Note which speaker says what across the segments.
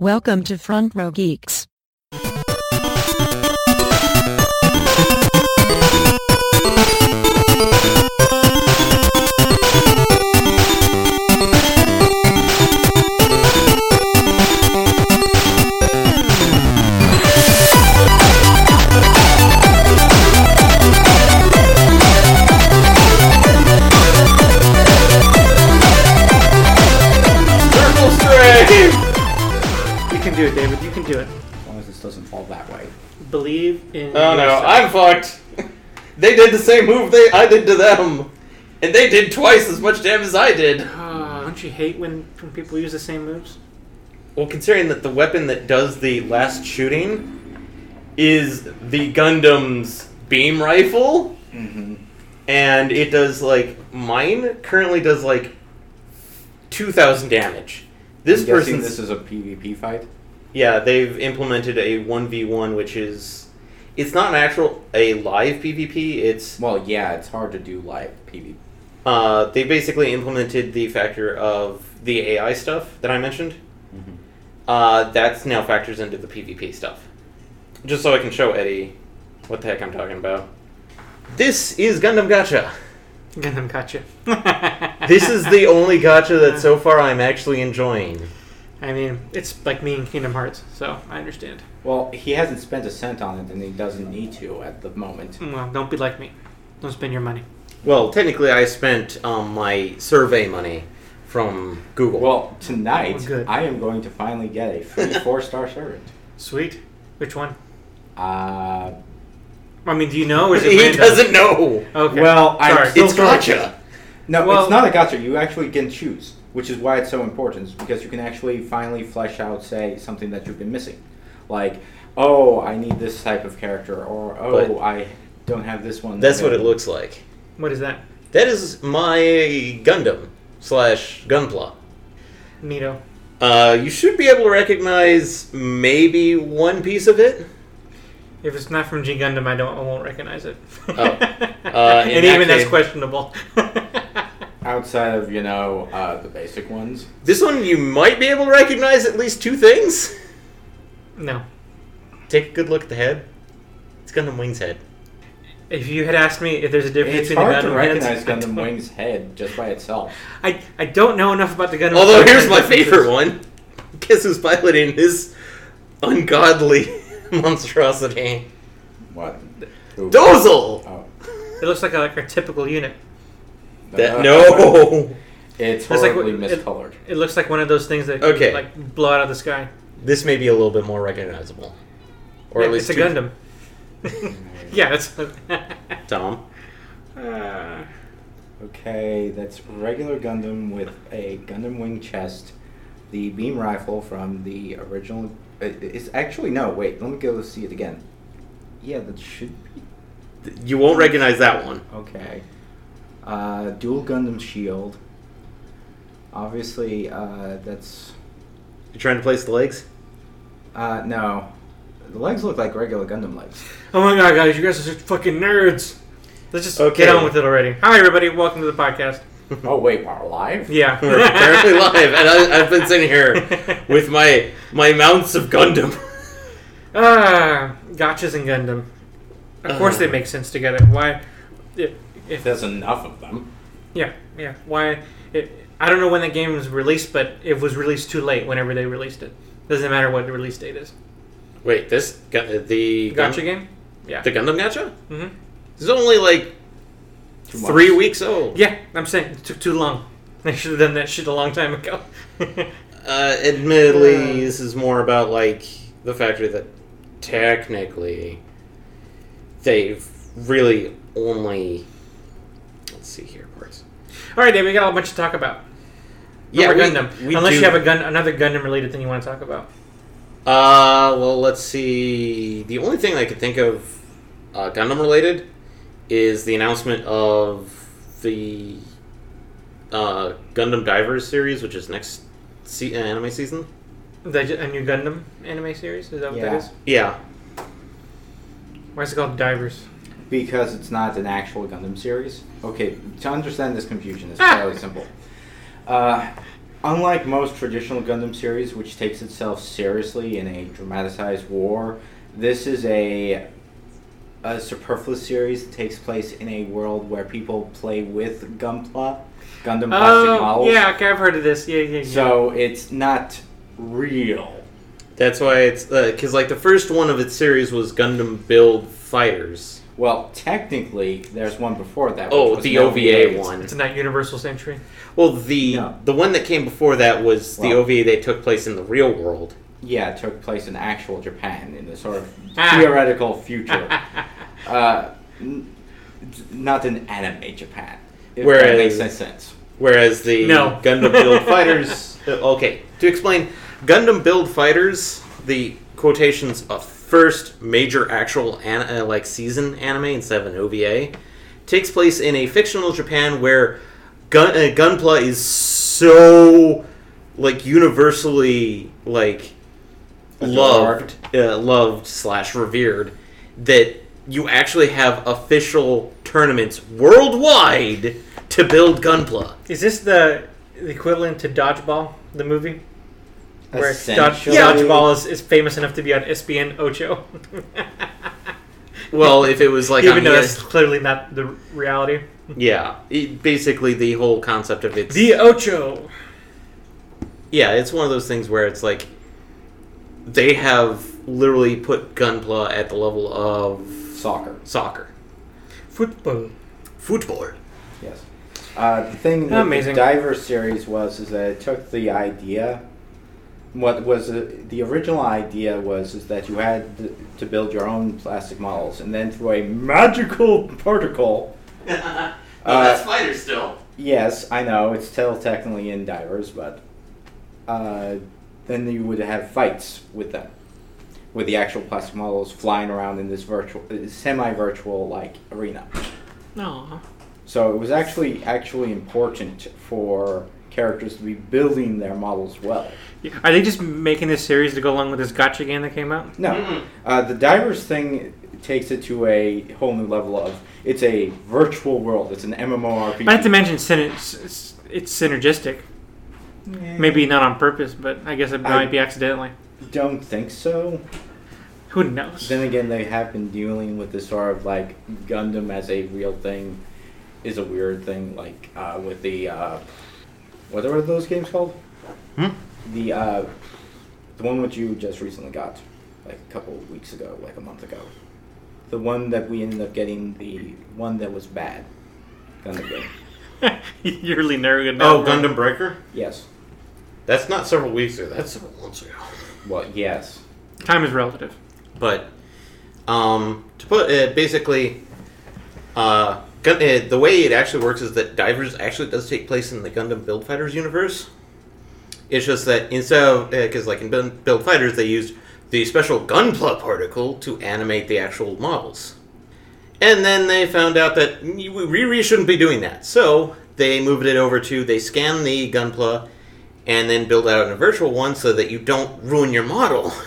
Speaker 1: Welcome to Front Row Geeks.
Speaker 2: Circle stream! You can do it, David. You can do it.
Speaker 3: As long as this doesn't fall that way.
Speaker 2: Believe in.
Speaker 4: Oh no,
Speaker 2: yourself.
Speaker 4: I'm fucked. They did the same move they I did to them, and they did twice as much damage as I did.
Speaker 2: Ah, don't you hate when, when people use the same moves?
Speaker 4: Well, considering that the weapon that does the last shooting is the Gundam's beam rifle,
Speaker 3: Mm-hmm.
Speaker 4: and it does like mine currently does like two thousand damage. This
Speaker 3: I'm guessing
Speaker 4: person's
Speaker 3: this is a PvP fight.
Speaker 4: Yeah, they've implemented a one v one, which is it's not an actual a live PvP. It's
Speaker 3: Well, yeah, it's hard to do live PvP.
Speaker 4: uh, they basically implemented the factor of the AI stuff that I mentioned.
Speaker 3: Mm-hmm.
Speaker 4: Uh, that's now factors into the PvP stuff. Just so I can show Eddie what the heck I'm talking about. This is Gundam Gacha.
Speaker 2: Gundam gotcha.
Speaker 4: This is the only gacha that so far I'm actually enjoying.
Speaker 2: I mean, it's like me and Kingdom Hearts, so I understand.
Speaker 3: Well, he hasn't spent a cent on it, and he doesn't need to at the moment.
Speaker 2: Well, don't be like me. Don't spend your money.
Speaker 4: Well, technically, I spent um, my survey money from Google.
Speaker 3: Well, tonight
Speaker 2: Oh, good.
Speaker 3: I am going to finally get a free four-star servant.
Speaker 2: Sweet. Which one?
Speaker 3: Uh,
Speaker 2: I mean, do you know? Or is it
Speaker 4: he
Speaker 2: random?
Speaker 4: doesn't know.
Speaker 2: Okay.
Speaker 3: Well, I'm
Speaker 2: Sorry.
Speaker 3: still
Speaker 4: It's
Speaker 3: trying-
Speaker 4: gotcha.
Speaker 3: No,
Speaker 2: Well-
Speaker 3: it's not a gotcha. You actually can choose, which is why it's so important, is because you can actually finally flesh out, say, something that you've been missing. Like, oh, I need this type of character, or oh,
Speaker 4: But-
Speaker 3: I don't have this one.
Speaker 4: That's what it
Speaker 3: available.
Speaker 4: looks like.
Speaker 2: What is that?
Speaker 4: That is my Gundam slash Gunpla.
Speaker 2: Neato.
Speaker 4: Uh, you should be able to recognize maybe one piece of it.
Speaker 2: If it's not from G Gundam, I don't. I won't recognize it.
Speaker 4: Oh. Uh, in
Speaker 2: and
Speaker 4: that
Speaker 2: even that's
Speaker 4: case-
Speaker 2: questionable.
Speaker 3: Outside of, you know, uh, the basic ones.
Speaker 4: This one you might be able to recognize at least two things.
Speaker 2: no.
Speaker 4: Take a good look at the head. It's Gundam Wing's head.
Speaker 2: If you had asked me if there's a difference
Speaker 3: It's
Speaker 2: between
Speaker 3: hard
Speaker 2: the
Speaker 3: to
Speaker 2: Gundam
Speaker 3: recognize
Speaker 2: heads, I don't-
Speaker 3: Gundam Wing's head just by itself.
Speaker 2: I, I don't know enough about the Gundam.
Speaker 4: Although here's my favorite one. Guess who's piloting this ungodly monstrosity?
Speaker 3: What?
Speaker 4: Dozel.
Speaker 3: Oh.
Speaker 2: It looks like a, like a typical unit.
Speaker 4: That no.
Speaker 3: Uh, It's
Speaker 2: That's like
Speaker 3: horribly
Speaker 2: what- it-
Speaker 3: miscolored.
Speaker 2: It looks like one of those things that
Speaker 4: Okay.
Speaker 2: like blow out of the sky.
Speaker 4: This may be a little bit more recognizable, or
Speaker 2: Yeah,
Speaker 4: at least
Speaker 2: it's a
Speaker 4: two-
Speaker 2: Gundam. yeah, that's.
Speaker 4: Tom.
Speaker 2: Uh,
Speaker 3: Okay, that's regular Gundam with a Gundam wing chest, the beam rifle from the original. uh, It's actually no. Wait, let me go see it again. Yeah, that should be
Speaker 4: You won't recognize that one.
Speaker 3: okay. Uh, dual Gundam shield. Obviously, uh, that's
Speaker 4: You're trying to place the legs?
Speaker 3: uh, no. The legs look like regular Gundam legs.
Speaker 2: oh my god, guys, you guys are such fucking nerds. Let's just
Speaker 4: Okay.
Speaker 2: get on with it already. Hi, everybody. Welcome to the podcast.
Speaker 3: oh wait, we're alive.
Speaker 2: Yeah.
Speaker 4: We're apparently live, and I, I've been sitting here with my my mounts of Gundam.
Speaker 2: Ah, gotchas and Gundam. Of course
Speaker 4: Uh.
Speaker 2: they make sense together. Why? If, if
Speaker 3: There's enough of them.
Speaker 2: Yeah, yeah. Why? It, I don't know when that game was released, but it was released too late. Whenever they released it, doesn't matter what the release date is.
Speaker 4: Wait, this gu- uh, the Gun-
Speaker 2: Gotcha game. Yeah.
Speaker 4: the Gundam Gacha?
Speaker 2: Mhm.
Speaker 4: It's only like
Speaker 3: Two
Speaker 4: three
Speaker 3: months.
Speaker 4: weeks old.
Speaker 2: yeah, I'm saying it took too long. They should have done that shit a long time ago.
Speaker 4: Uh, admittedly, this is more about like the factor that technically they've really only. Let's see here, parts.
Speaker 2: All right, Dave, we got a bunch to talk about.
Speaker 4: Yeah,
Speaker 2: Remember
Speaker 4: we-
Speaker 2: Gundam.
Speaker 4: we
Speaker 2: Unless
Speaker 4: do-
Speaker 2: you have a gun, another Gundam related thing you want to talk about.
Speaker 4: Uh, well, let's see. The only thing I could think of uh, Gundam related is the announcement of the uh, Gundam Divers series, which is next se- uh, anime season.
Speaker 2: Is that ju- a new Gundam anime series? Is that what
Speaker 3: Yeah.
Speaker 2: that is?
Speaker 4: Yeah.
Speaker 2: Why is it called Divers?
Speaker 3: because it's not an actual Gundam series. Okay, to understand this confusion is
Speaker 2: Ah.
Speaker 3: fairly simple. Uh, Unlike most traditional Gundam series, which takes itself seriously in a dramatized war, this is a a superfluous series that takes place in a world where people play with Gunpla, Gundam plastic
Speaker 2: Oh,
Speaker 3: models.
Speaker 2: yeah, okay, I've heard of this. Yeah, yeah, yeah.
Speaker 3: So it's not real.
Speaker 4: That's why it's because like the first one of its series was Gundam Build Fighters.
Speaker 3: Well, technically, there's one before that. which
Speaker 4: Oh,
Speaker 3: was
Speaker 4: the
Speaker 3: an
Speaker 4: OVA
Speaker 3: It's-
Speaker 4: one.
Speaker 2: it's not Universal Century.
Speaker 4: Well, the
Speaker 3: No.
Speaker 4: the one that came before that was the
Speaker 3: Well-
Speaker 4: OVA that took place in the real world.
Speaker 3: Yeah, it took place in actual Japan in the sort of
Speaker 2: Ah.
Speaker 3: theoretical future. uh, n- not an anime Japan. If that
Speaker 4: Whereas-
Speaker 3: makes any sense.
Speaker 4: Whereas the
Speaker 2: No.
Speaker 4: Gundam Build Fighters. uh, Okay, to explain, Gundam Build Fighters, the quotations of first major actual an- uh, like season anime instead of an OVA, takes place in a fictional Japan where gun- uh, Gunpla is so like universally like
Speaker 3: Adored.
Speaker 4: loved, uh, loved slash revered that you actually have official tournaments worldwide to build Gunpla.
Speaker 2: Is this the the equivalent to Dodgeball, the movie? Where Dodge,
Speaker 3: Essentially-
Speaker 2: Dodgeball is, is famous enough to be on E SBN Ocho.
Speaker 4: Well, if it was like
Speaker 2: Even
Speaker 4: on E
Speaker 2: though
Speaker 4: the,
Speaker 2: that's clearly not the reality.
Speaker 4: yeah, it- basically the whole concept of it's
Speaker 2: The uh, Ocho!
Speaker 4: yeah, it's one of those things where it's like they have literally put Gunpla at the level of
Speaker 3: soccer.
Speaker 4: soccer,
Speaker 2: Football.
Speaker 4: football.
Speaker 3: Yes. Uh, the thing with
Speaker 2: Amazing.
Speaker 3: the Diver series was is that it took the idea. What was uh, the original idea was is that you had th- to build your own plastic models, and then through a magical particle.
Speaker 4: Uh,
Speaker 3: that's
Speaker 4: fighter still.
Speaker 3: Yes, I know it's still technically in divers, but uh, then you would have fights with them, with the actual plastic models flying around in this virtual, uh, semi-virtual like arena.
Speaker 2: No.
Speaker 3: So it was actually actually important for characters to be building their models well.
Speaker 2: Are they just making this series to go along with this gotcha game that came out?
Speaker 3: No, uh, the divers thing takes it to a whole new level of it's a virtual world. It's an MMORPG.
Speaker 2: Not to mention, syner- s- s- it's synergistic. Maybe not on purpose, but I guess it
Speaker 3: I-
Speaker 2: might be accidentally.
Speaker 3: Don't think so.
Speaker 2: Who knows?
Speaker 3: Then again, they have been dealing with this sort of like Gundam as a real thing is a weird thing. Like uh, with the uh, what are those games called?
Speaker 4: Hmm?
Speaker 3: The uh, the one which you just recently got, like a couple of weeks ago, like a month ago. The one that we ended up getting, the one that was bad. Gundam game.
Speaker 2: You're really never gonna know.
Speaker 4: Oh, Gundam Breaker.
Speaker 3: Yes.
Speaker 4: That's not several weeks ago. That's several months ago.
Speaker 3: Well, yes.
Speaker 2: Time is relative.
Speaker 4: But um, to put it basically, uh, gun, uh, the way it actually works is that Divers actually does take place in the Gundam Build Fighters universe. It's just that instead of because like in Build Build Fighters they used the special Gunpla particle to animate the actual models, and then they found out that we really shouldn't be doing that. So they moved it over to they scan the Gunpla and then build out a virtual one so that you don't ruin your model.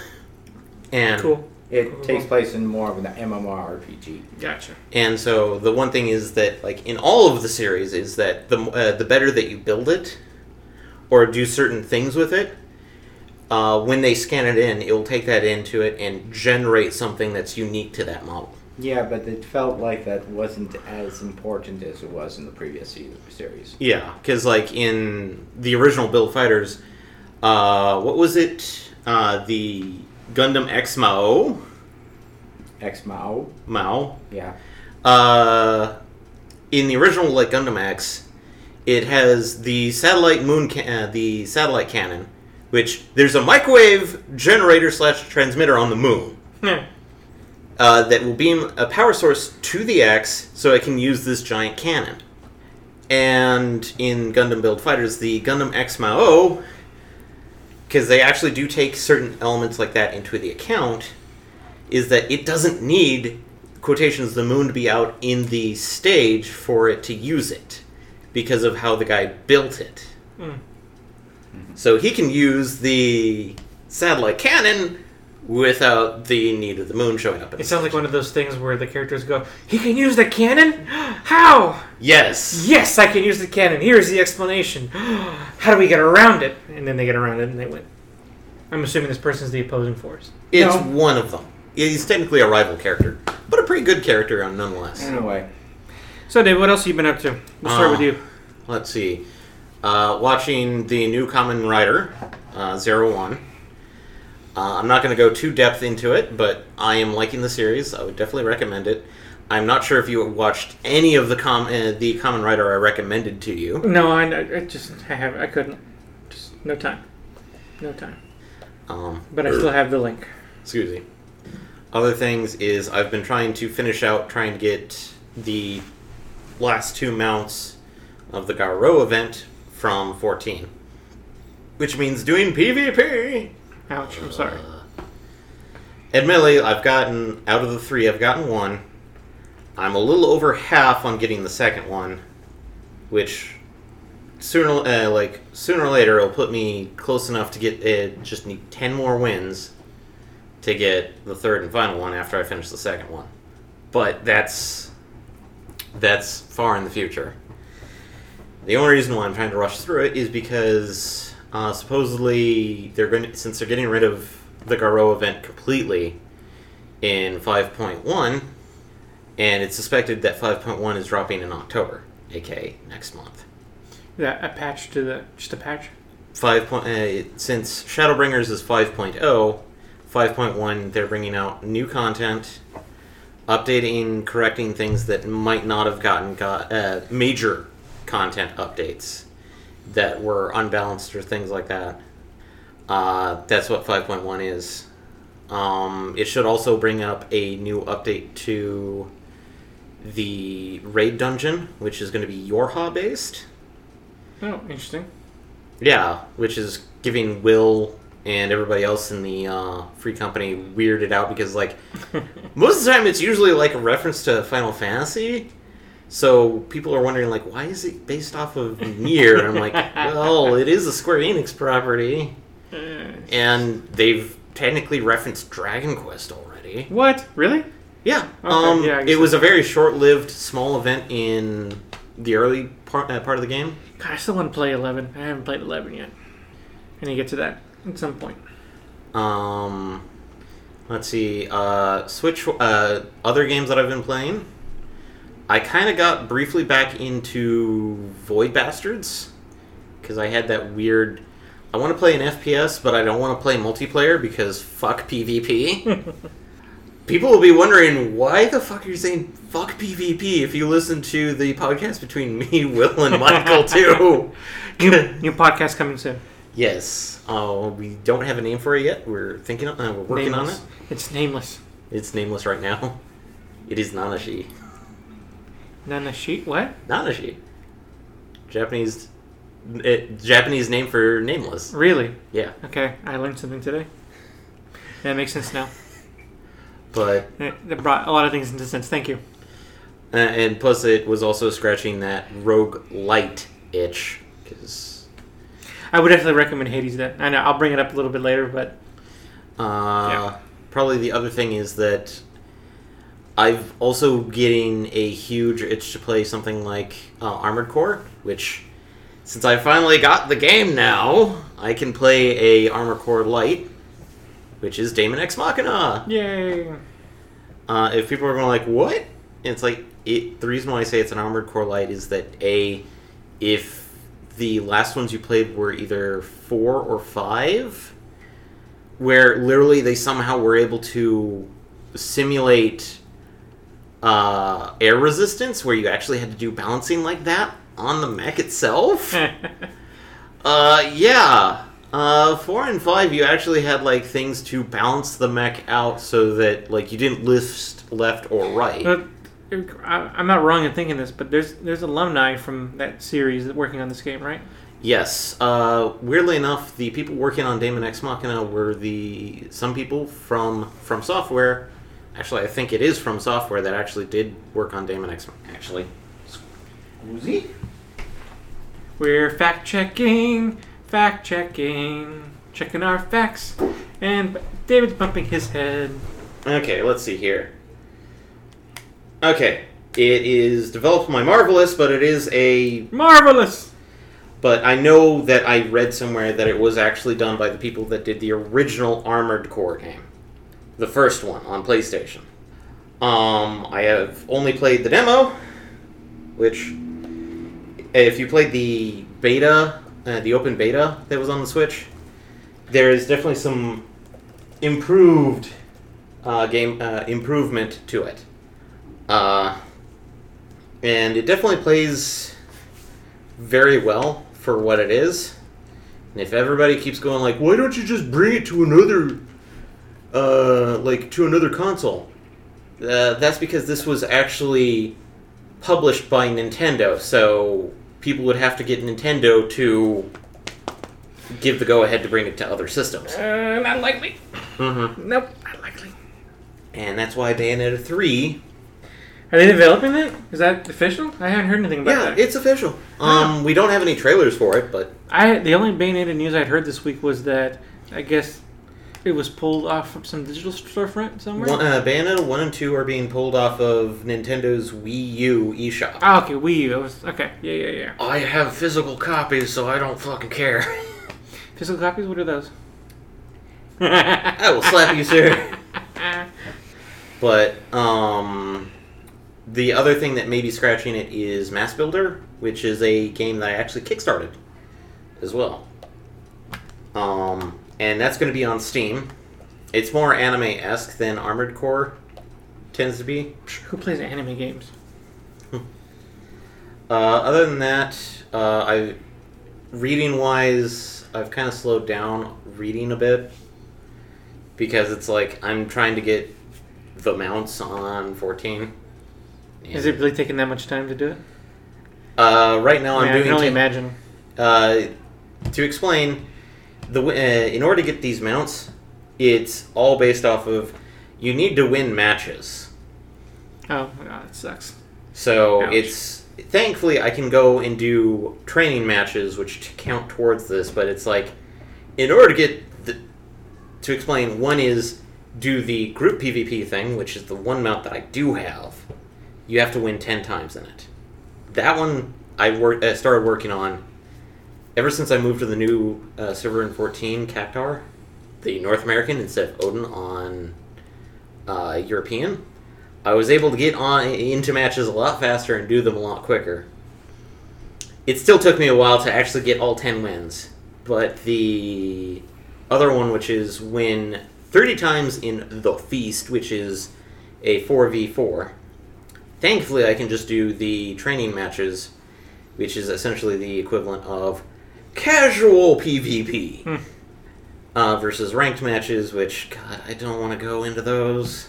Speaker 4: And
Speaker 2: Cool.
Speaker 3: It takes place in more of an MMORPG.
Speaker 2: Gotcha.
Speaker 4: and so the one thing is that like in all of the series is that the uh, the better that you build it or do certain things with it, uh, when they scan it in, it will take that into it and generate something that's unique to that model.
Speaker 3: Yeah, but it felt like that wasn't as important as it was in the previous se- series.
Speaker 4: Yeah, because like in the original Build Fighters, uh, what was it? Uh, the Gundam X Mao
Speaker 3: Ex Mao.
Speaker 4: Mao
Speaker 3: Yeah.
Speaker 4: uh, in the original like Gundam X, it has the satellite moon ca- uh, the satellite cannon, which there's a microwave generator slash transmitter on the moon
Speaker 2: Yeah.
Speaker 4: uh, that will beam a power source to the X so it can use this giant cannon. And in Gundam Build Fighters, the Gundam X Mao, because they actually do take certain elements like that into the account, is that it doesn't need quotations the moon to be out in the stage for it to use it because of how the guy built it.
Speaker 2: Mm.
Speaker 4: So he can use the satellite cannon without the need of the moon showing up. in
Speaker 2: It
Speaker 4: it.
Speaker 2: sounds like one of those things where the characters go, "He can use the cannon? How?
Speaker 4: yes.
Speaker 2: Yes, I can use the cannon. Here's the explanation. How do we get around it?" And then they get around it and they win. I'm assuming this person's the opposing force.
Speaker 4: It's
Speaker 3: No.
Speaker 4: one of them. He's technically a rival character, but a pretty good character on nonetheless.
Speaker 3: Anyway,
Speaker 2: So, Dave, what else have you been up to? We'll start
Speaker 4: Uh,
Speaker 2: with you.
Speaker 4: Let's see. Uh, watching the new Common Rider, uh, Zero One. Uh, I'm not going to go too depth into it, but I am liking the series. I would definitely recommend it. I'm not sure if you watched any of the com- uh, the Common Rider I recommended to you.
Speaker 2: No, I, I just I have I couldn't. Just no time. No time.
Speaker 4: Um,
Speaker 2: But I still have the link.
Speaker 4: Excuse me. Other things is I've been trying to finish out trying to get the last two mounts of the Garo event from 14, which means doing PvP.
Speaker 2: Ouch! I'm sorry.
Speaker 4: Admittedly, I've gotten out of the three, I've gotten one. I'm a little over half on getting the second one, which sooner uh, like sooner or later will put me close enough to get uh, just need ten more wins to get the third and final one after I finish the second one. But that's that's far in the future. The only reason why I'm trying to rush through it is because uh, supposedly they're going to, since they're getting rid of the Garo event completely in 5.1, and it's suspected that 5.1 is dropping in October, aka next month.
Speaker 2: Yeah, a patch to the just a patch.
Speaker 4: Five point uh, since Shadowbringers is oh, 5.0, 5.1 they're bringing out new content, updating, correcting things that might not have gotten got, uh, major content updates that were unbalanced or things like that. Uh, that's what 5.1 is. Um, it should also bring up a new update to the raid dungeon, which is going to be Yorha based.
Speaker 2: Oh, interesting.
Speaker 4: Yeah, which is giving Will and everybody else in the uh, free company weirded out because, like, most of the time it's usually like a reference to Final Fantasy. So people are wondering, like, why is it based off of Nier? And I'm like, well, it is a Square Enix property,
Speaker 2: Uh,
Speaker 4: and they've technically referenced Dragon Quest already.
Speaker 2: What? Really?
Speaker 4: Yeah. um,
Speaker 2: yeah, I guess
Speaker 4: it was a very short-lived, small event in the early part, uh, part of the game.
Speaker 2: God, I still want to play 11. I haven't played 11 yet. I need to get to that at some point.
Speaker 4: Um, let's see. Uh, Switch. Uh, other games that I've been playing. I kind of got briefly back into Void Bastards because I had that weird. I want to play an FPS, but I don't want to play multiplayer because fuck PvP. People will be wondering why the fuck are you saying fuck PvP if you listen to the podcast between me, Will, and Michael too.
Speaker 2: New podcast coming soon.
Speaker 4: Yes. Uh, we don't have a name for it yet. We're thinking, uh, we're working on
Speaker 2: nameless.
Speaker 4: it.
Speaker 2: It's nameless.
Speaker 4: It's nameless right now. It is Nanashi.
Speaker 2: Nana sheet. What?
Speaker 4: Nanashi. Japanese, it, Japanese name for nameless.
Speaker 2: Really?
Speaker 4: Yeah,
Speaker 2: Okay, I learned something today. That makes sense now.
Speaker 4: but
Speaker 2: That that brought a lot of things into sense. Thank you.
Speaker 4: uh, and plus it was also scratching that rogue light itch because
Speaker 2: I would definitely recommend Hades. That I know. I'll bring it up a little bit later, but
Speaker 4: Uh, Probably the other thing is that I've also getting a huge itch to play something like uh, Armored Core, which since I finally got the game now, I can play a Armored Core Light, which is Damon X Machina.
Speaker 2: yay!
Speaker 4: Uh, if people are going to like, what? It's like it. The reason why I say it's an armored core light is that a, if the last ones you played were either four or five, where literally they somehow were able to simulate uh, air resistance, where you actually had to do balancing like that on the mech itself. Uh, yeah. Uh, four and five, you actually had like things to balance the mech out so that like you didn't list left or right.
Speaker 2: But I- I'm not wrong in thinking this, but there's there's alumni from that series that working on this game, right?
Speaker 4: Yes. Uh, weirdly enough, the people working on Daemon X Machina were the some people from from software. Actually, I think it is from software that actually did work on Daemon X. Machina, Actually,
Speaker 3: Uzi?
Speaker 2: We're fact checking, fact checking, checking our facts. And David's bumping his head.
Speaker 4: Okay, let's see here. Okay, it is developed by Marvelous, but it is a.
Speaker 2: Marvelous.
Speaker 4: But I know that I read somewhere that it was actually done by the people that did the original Armored Core game, the first one on PlayStation. Um, I have only played the demo, which, if you played the beta, uh, the open beta that was on the Switch, there is definitely some improved uh, game uh, improvement to it. Uh, and it definitely plays very well for what it is. And if everybody keeps going like, why don't you just bring it to another, uh, like to another console? Uh, that's because this was actually published by Nintendo, so people would have to get Nintendo to give the go ahead to bring it to other systems.
Speaker 2: Uh, not likely.
Speaker 4: hmm
Speaker 2: Nope, not likely.
Speaker 4: And that's why Bayonetta three
Speaker 2: Are they developing it? Is that official? I haven't heard anything about
Speaker 4: Yeah,
Speaker 2: that.
Speaker 4: it's official. Um, we don't have any trailers for it, but
Speaker 2: I the only Bayonetta news I'd heard this week was that I guess it was pulled off from some digital storefront somewhere.
Speaker 4: one, uh, Bayonetta one and two are being pulled off of Nintendo's Wii U eShop.
Speaker 2: Ah, okay, Wii U. It was, okay, yeah, yeah, yeah.
Speaker 4: I have physical copies, so I don't fucking care.
Speaker 2: Physical copies? What are those?
Speaker 4: I will slap you, sir. But um, the other thing that may be scratching it is Mass Builder, which is a game that I actually kickstarted as well. Um, and that's going to be on Steam. It's more anime esque than Armored Core tends to be.
Speaker 2: Who plays anime games?
Speaker 4: Uh, other than that, uh, I reading wise, I've kind of slowed down reading a bit because it's like I'm trying to get the mounts on 14.
Speaker 2: Is it really taking that much time to do it?
Speaker 4: Uh, right now,
Speaker 2: I,
Speaker 4: I'm
Speaker 2: mean, I can
Speaker 4: doing.
Speaker 2: only
Speaker 4: ta-
Speaker 2: imagine.
Speaker 4: uh, to explain, the w- uh, in order to get these mounts, it's all based off of you need to win matches.
Speaker 2: Oh, my God, it sucks.
Speaker 4: So
Speaker 2: Ouch.
Speaker 4: it's thankfully I can go and do training matches, which t- count towards this. But it's like, in order to get the, to explain, one is do the group PvP thing, which is the one mount that I do have. You have to win ten times in it. That one I work uh, started working on ever since I moved to the new uh, server in fourteen Cactar, the North American instead of Odin on uh, European. I was able to get on into matches a lot faster and do them a lot quicker. It still took me a while to actually get all 10 wins, but the other one, which is win 30 times in the feast, which is a 4v4. Thankfully, I can just do the training matches, which is essentially the equivalent of casual PvP
Speaker 2: Hmm.
Speaker 4: uh, versus ranked matches, which, God, I don't want to go into those.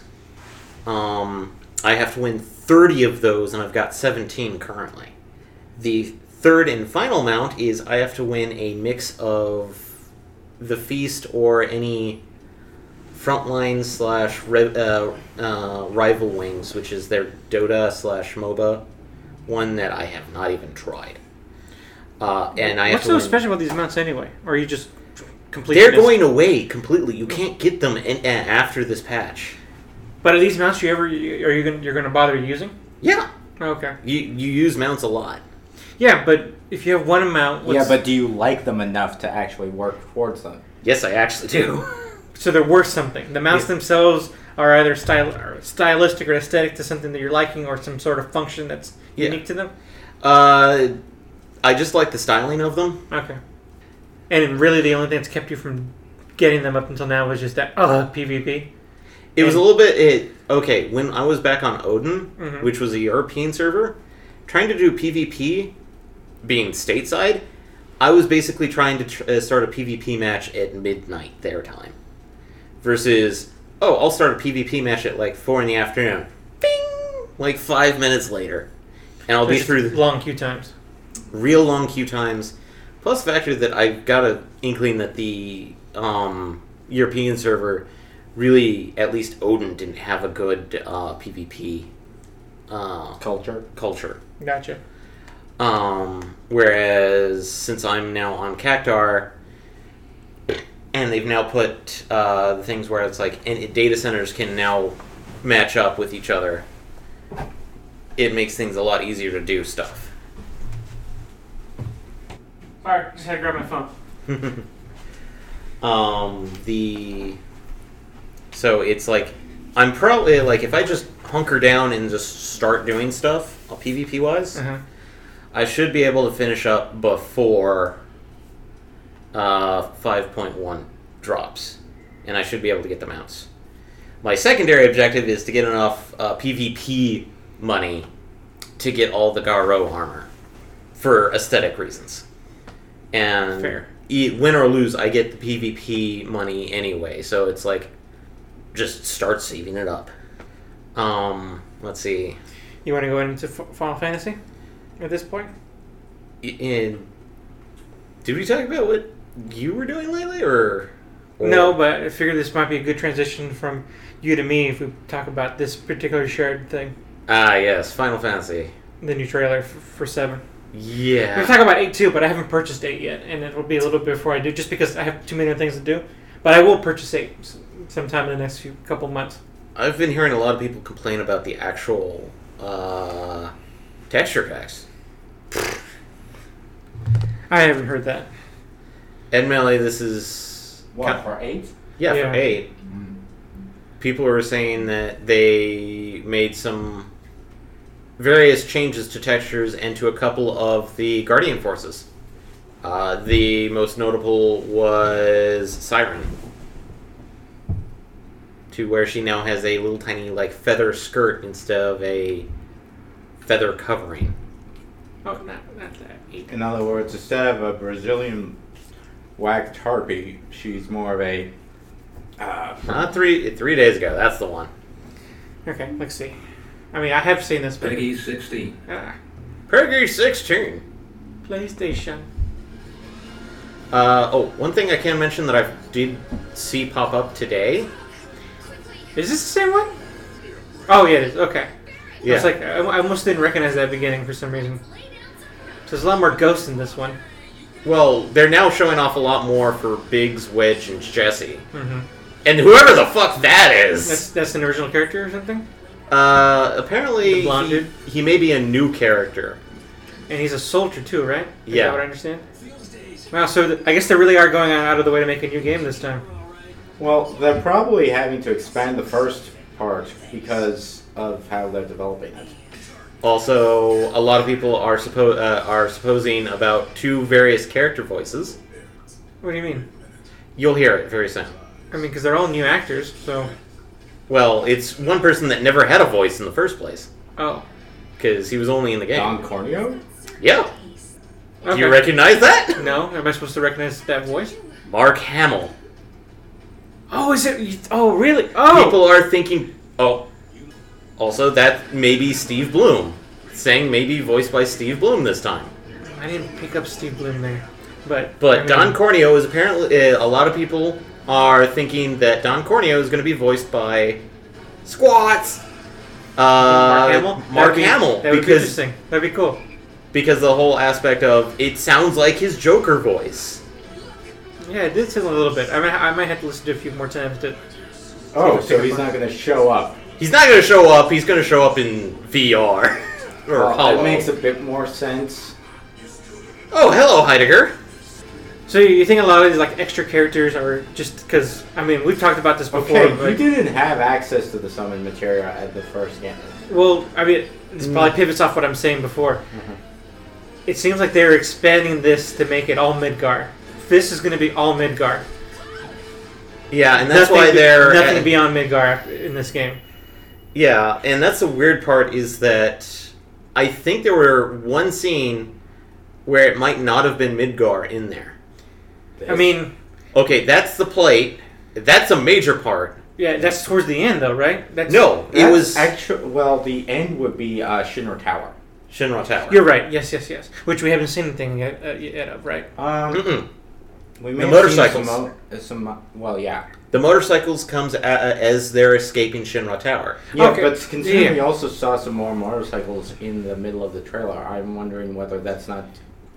Speaker 4: Um, I have to win 30 of those, and I've got 17 currently. The third and final mount is I have to win a mix of the feast or any frontline slash re- uh, uh, rival wings, which is their Dota slash MOBA, one that I have not even tried. Uh, and I
Speaker 2: What's so
Speaker 4: have to win-
Speaker 2: special about these mounts anyway? Or are you just complete?
Speaker 4: They're going away completely. You can't get them in, in, after this patch.
Speaker 2: But are these mounts you ever? Are you gonna, you're going to bother using?
Speaker 4: Yeah,
Speaker 2: Okay.
Speaker 4: you you use mounts a lot.
Speaker 2: Yeah, but if you have one mount,
Speaker 3: yeah,
Speaker 2: what's-
Speaker 3: but do you like them enough to actually work towards them?
Speaker 4: Yes, I actually do.
Speaker 2: so they're worth something. The mounts
Speaker 4: Yeah.
Speaker 2: themselves are either style, are stylistic or aesthetic to something that you're liking, or some sort of function that's
Speaker 4: Yeah.
Speaker 2: unique to them.
Speaker 4: Uh, I just like the styling of them.
Speaker 2: Okay. And really, the only thing that's kept you from getting them up until now was just that uh PvP.
Speaker 4: It was a
Speaker 2: And-
Speaker 4: little bit it okay when I was back on Odin,
Speaker 2: Mhm.
Speaker 4: which was a European server, trying to do PvP, being stateside. I was basically trying to tr- uh, start a PvP match at midnight their time, versus oh I'll start a PvP match at like four in the afternoon, bing, like five minutes later, and I'll be
Speaker 2: There's
Speaker 4: through the
Speaker 2: long queue times.
Speaker 4: real long queue times. Plus the factor that I've got an inkling that the um, European server really, at least Odin, didn't have a good uh, PvP uh,
Speaker 3: Culture.
Speaker 4: culture.
Speaker 2: Gotcha.
Speaker 4: Um, whereas since I'm now on Cactar, and they've now put uh, the things where it's like and it- data centers can now match up with each other. It makes things a lot easier to do stuff.
Speaker 2: Sorry, just had to grab my phone.
Speaker 4: um, the so it's like I'm probably like if I just hunker down and just start doing stuff PvP wise,
Speaker 2: Uh-huh.
Speaker 4: I should be able to finish up before uh, 5.1 drops, and I should be able to get the mounts. My secondary objective is to get enough uh, PvP money to get all the Garo armor for aesthetic reasons. And
Speaker 2: Fair.
Speaker 4: e- win or lose, I get the PvP money anyway, so it's like just start saving it up. Um, let's see.
Speaker 2: You want to go into F- Final Fantasy at this point?
Speaker 4: And did we talk about what you were doing lately, or, or-
Speaker 2: No, but I figured this might be a good transition from you to me if we talk about this particular shared thing,
Speaker 4: Ah, yes, Final Fantasy.
Speaker 2: the new trailer f- for Seven. We're
Speaker 4: Yeah.
Speaker 2: gonna talk about eight too, but I haven't purchased eight yet, and it will be a little bit before I do, just because I have too many other things to do. But I will purchase eight s- sometime in the next few couple months.
Speaker 4: I've been hearing a lot of people complain about the actual uh, texture packs.
Speaker 2: I haven't heard that.
Speaker 4: Admittedly, this is
Speaker 3: What for eight?
Speaker 4: yeah,
Speaker 2: Yeah.
Speaker 4: for eight. People were saying that they made some various changes to textures and to a couple of the Guardian forces. Uh, the most notable was Siren, to where she now has a little tiny like feather skirt instead of a feather covering.
Speaker 2: Oh, not not that eight.
Speaker 3: In other words, instead of a Brazilian whacked harpy, she's more of a. Uh,
Speaker 4: Not three three days ago. That's the one.
Speaker 2: Okay, let's see. I mean, I have seen this, but
Speaker 5: Peggy 16.
Speaker 2: Ah,
Speaker 4: Pedigree sixteen.
Speaker 2: PlayStation.
Speaker 4: Uh, oh, one thing I can mention that I did see pop up today.
Speaker 2: Is this the same one? Oh, yeah, it is. Okay.
Speaker 4: Yeah.
Speaker 2: It's like I, I almost didn't recognize that beginning for some reason. So there's a lot more ghosts in this one.
Speaker 4: well, they're now showing off a lot more for Biggs, Wedge, and Jesse.
Speaker 2: Mm-hmm.
Speaker 4: And whoever the fuck that
Speaker 2: That's
Speaker 4: is!
Speaker 2: that's an original character or something,
Speaker 4: Uh, apparently,
Speaker 2: The blonde
Speaker 4: he-
Speaker 2: dude?
Speaker 4: He, may be a new character.
Speaker 2: and he's a soldier too, right? Is
Speaker 4: Yeah.
Speaker 2: That what I understand. Wow. So th- I guess they really are going out of the way to make a new game this time.
Speaker 3: well, they're probably having to expand the first part because of how they're developing it.
Speaker 4: Also, a lot of people are, suppo- uh, are supposing about two various character voices.
Speaker 2: What do you mean?
Speaker 4: You'll hear it very soon.
Speaker 2: I mean, because they're all new actors. So.
Speaker 4: Well, it's one person that never had a voice in the first place,
Speaker 2: Oh.
Speaker 4: because he was only in the game.
Speaker 3: Don Corneo?
Speaker 4: Yeah.
Speaker 2: Okay.
Speaker 4: Do you recognize that?
Speaker 2: No. Am I supposed to recognize that voice?
Speaker 4: Mark Hamill.
Speaker 2: Oh, is it? you- Oh, really? Oh.
Speaker 4: People are thinking, oh, also that maybe Steve Bloom, saying maybe voiced by Steve Bloom this time.
Speaker 2: I didn't pick up Steve Bloom there, but.
Speaker 4: But
Speaker 2: I
Speaker 4: Don
Speaker 2: mean,
Speaker 4: Corneo is apparently uh, a lot of people are thinking that Don Corneo is going to be voiced by Squats. Uh,
Speaker 2: Mark Hamill.
Speaker 4: Mark
Speaker 2: That'd be-
Speaker 4: Hamill,
Speaker 2: That would be
Speaker 4: because
Speaker 2: interesting. That'd be cool.
Speaker 4: because the whole aspect of it sounds like his Joker voice.
Speaker 2: Yeah, it did sizzle a little bit. I mean, I might have to listen to it a few more times to.
Speaker 3: Oh, so he's not going to show up.
Speaker 4: He's not going to show up. He's going to show up in VR or
Speaker 3: Well,
Speaker 4: Hollow.
Speaker 3: that makes a bit more sense.
Speaker 4: oh, hello, Heidegger.
Speaker 2: So you think a lot of these like extra characters are just because? I mean, we've talked about this before.
Speaker 3: Okay,
Speaker 2: but,
Speaker 3: you didn't have access to the summon material at the first game.
Speaker 2: Well, I mean, this
Speaker 4: Mm.
Speaker 2: probably pivots off what I'm saying before.
Speaker 4: Mm-hmm.
Speaker 2: It seems like they're expanding this to make it all Midgar. This is going to be all Midgar.
Speaker 4: Yeah, and that's
Speaker 2: Nothing
Speaker 4: why
Speaker 2: be-
Speaker 4: they're
Speaker 2: nothing
Speaker 4: and-
Speaker 2: beyond Midgar in this game.
Speaker 4: Yeah, and that's the weird part is that I think there were one scene where it might not have been Midgar in there.
Speaker 2: I mean,
Speaker 4: Okay, that's the plate. That's a major part.
Speaker 2: yeah, that's towards the end though, right? That's,
Speaker 4: No, it
Speaker 3: That's
Speaker 4: was
Speaker 3: actu- well. The end would be uh, Shinra Tower.
Speaker 4: Shinra Tower.
Speaker 2: You're right. Yes, yes, yes. Which we haven't seen anything yet, uh, yet of, right?
Speaker 3: Um,
Speaker 4: Mm-mm.
Speaker 3: we
Speaker 4: The
Speaker 3: may have seen
Speaker 4: motorcycles.
Speaker 3: Some, mo- uh, some, mo- well, yeah,
Speaker 4: The motorcycles comes a- a- as they're escaping Shinra Tower.
Speaker 3: yeah.
Speaker 2: Okay.
Speaker 3: But considering
Speaker 2: Yeah.
Speaker 3: we also saw some more motorcycles in the middle of the trailer, I'm wondering whether that's not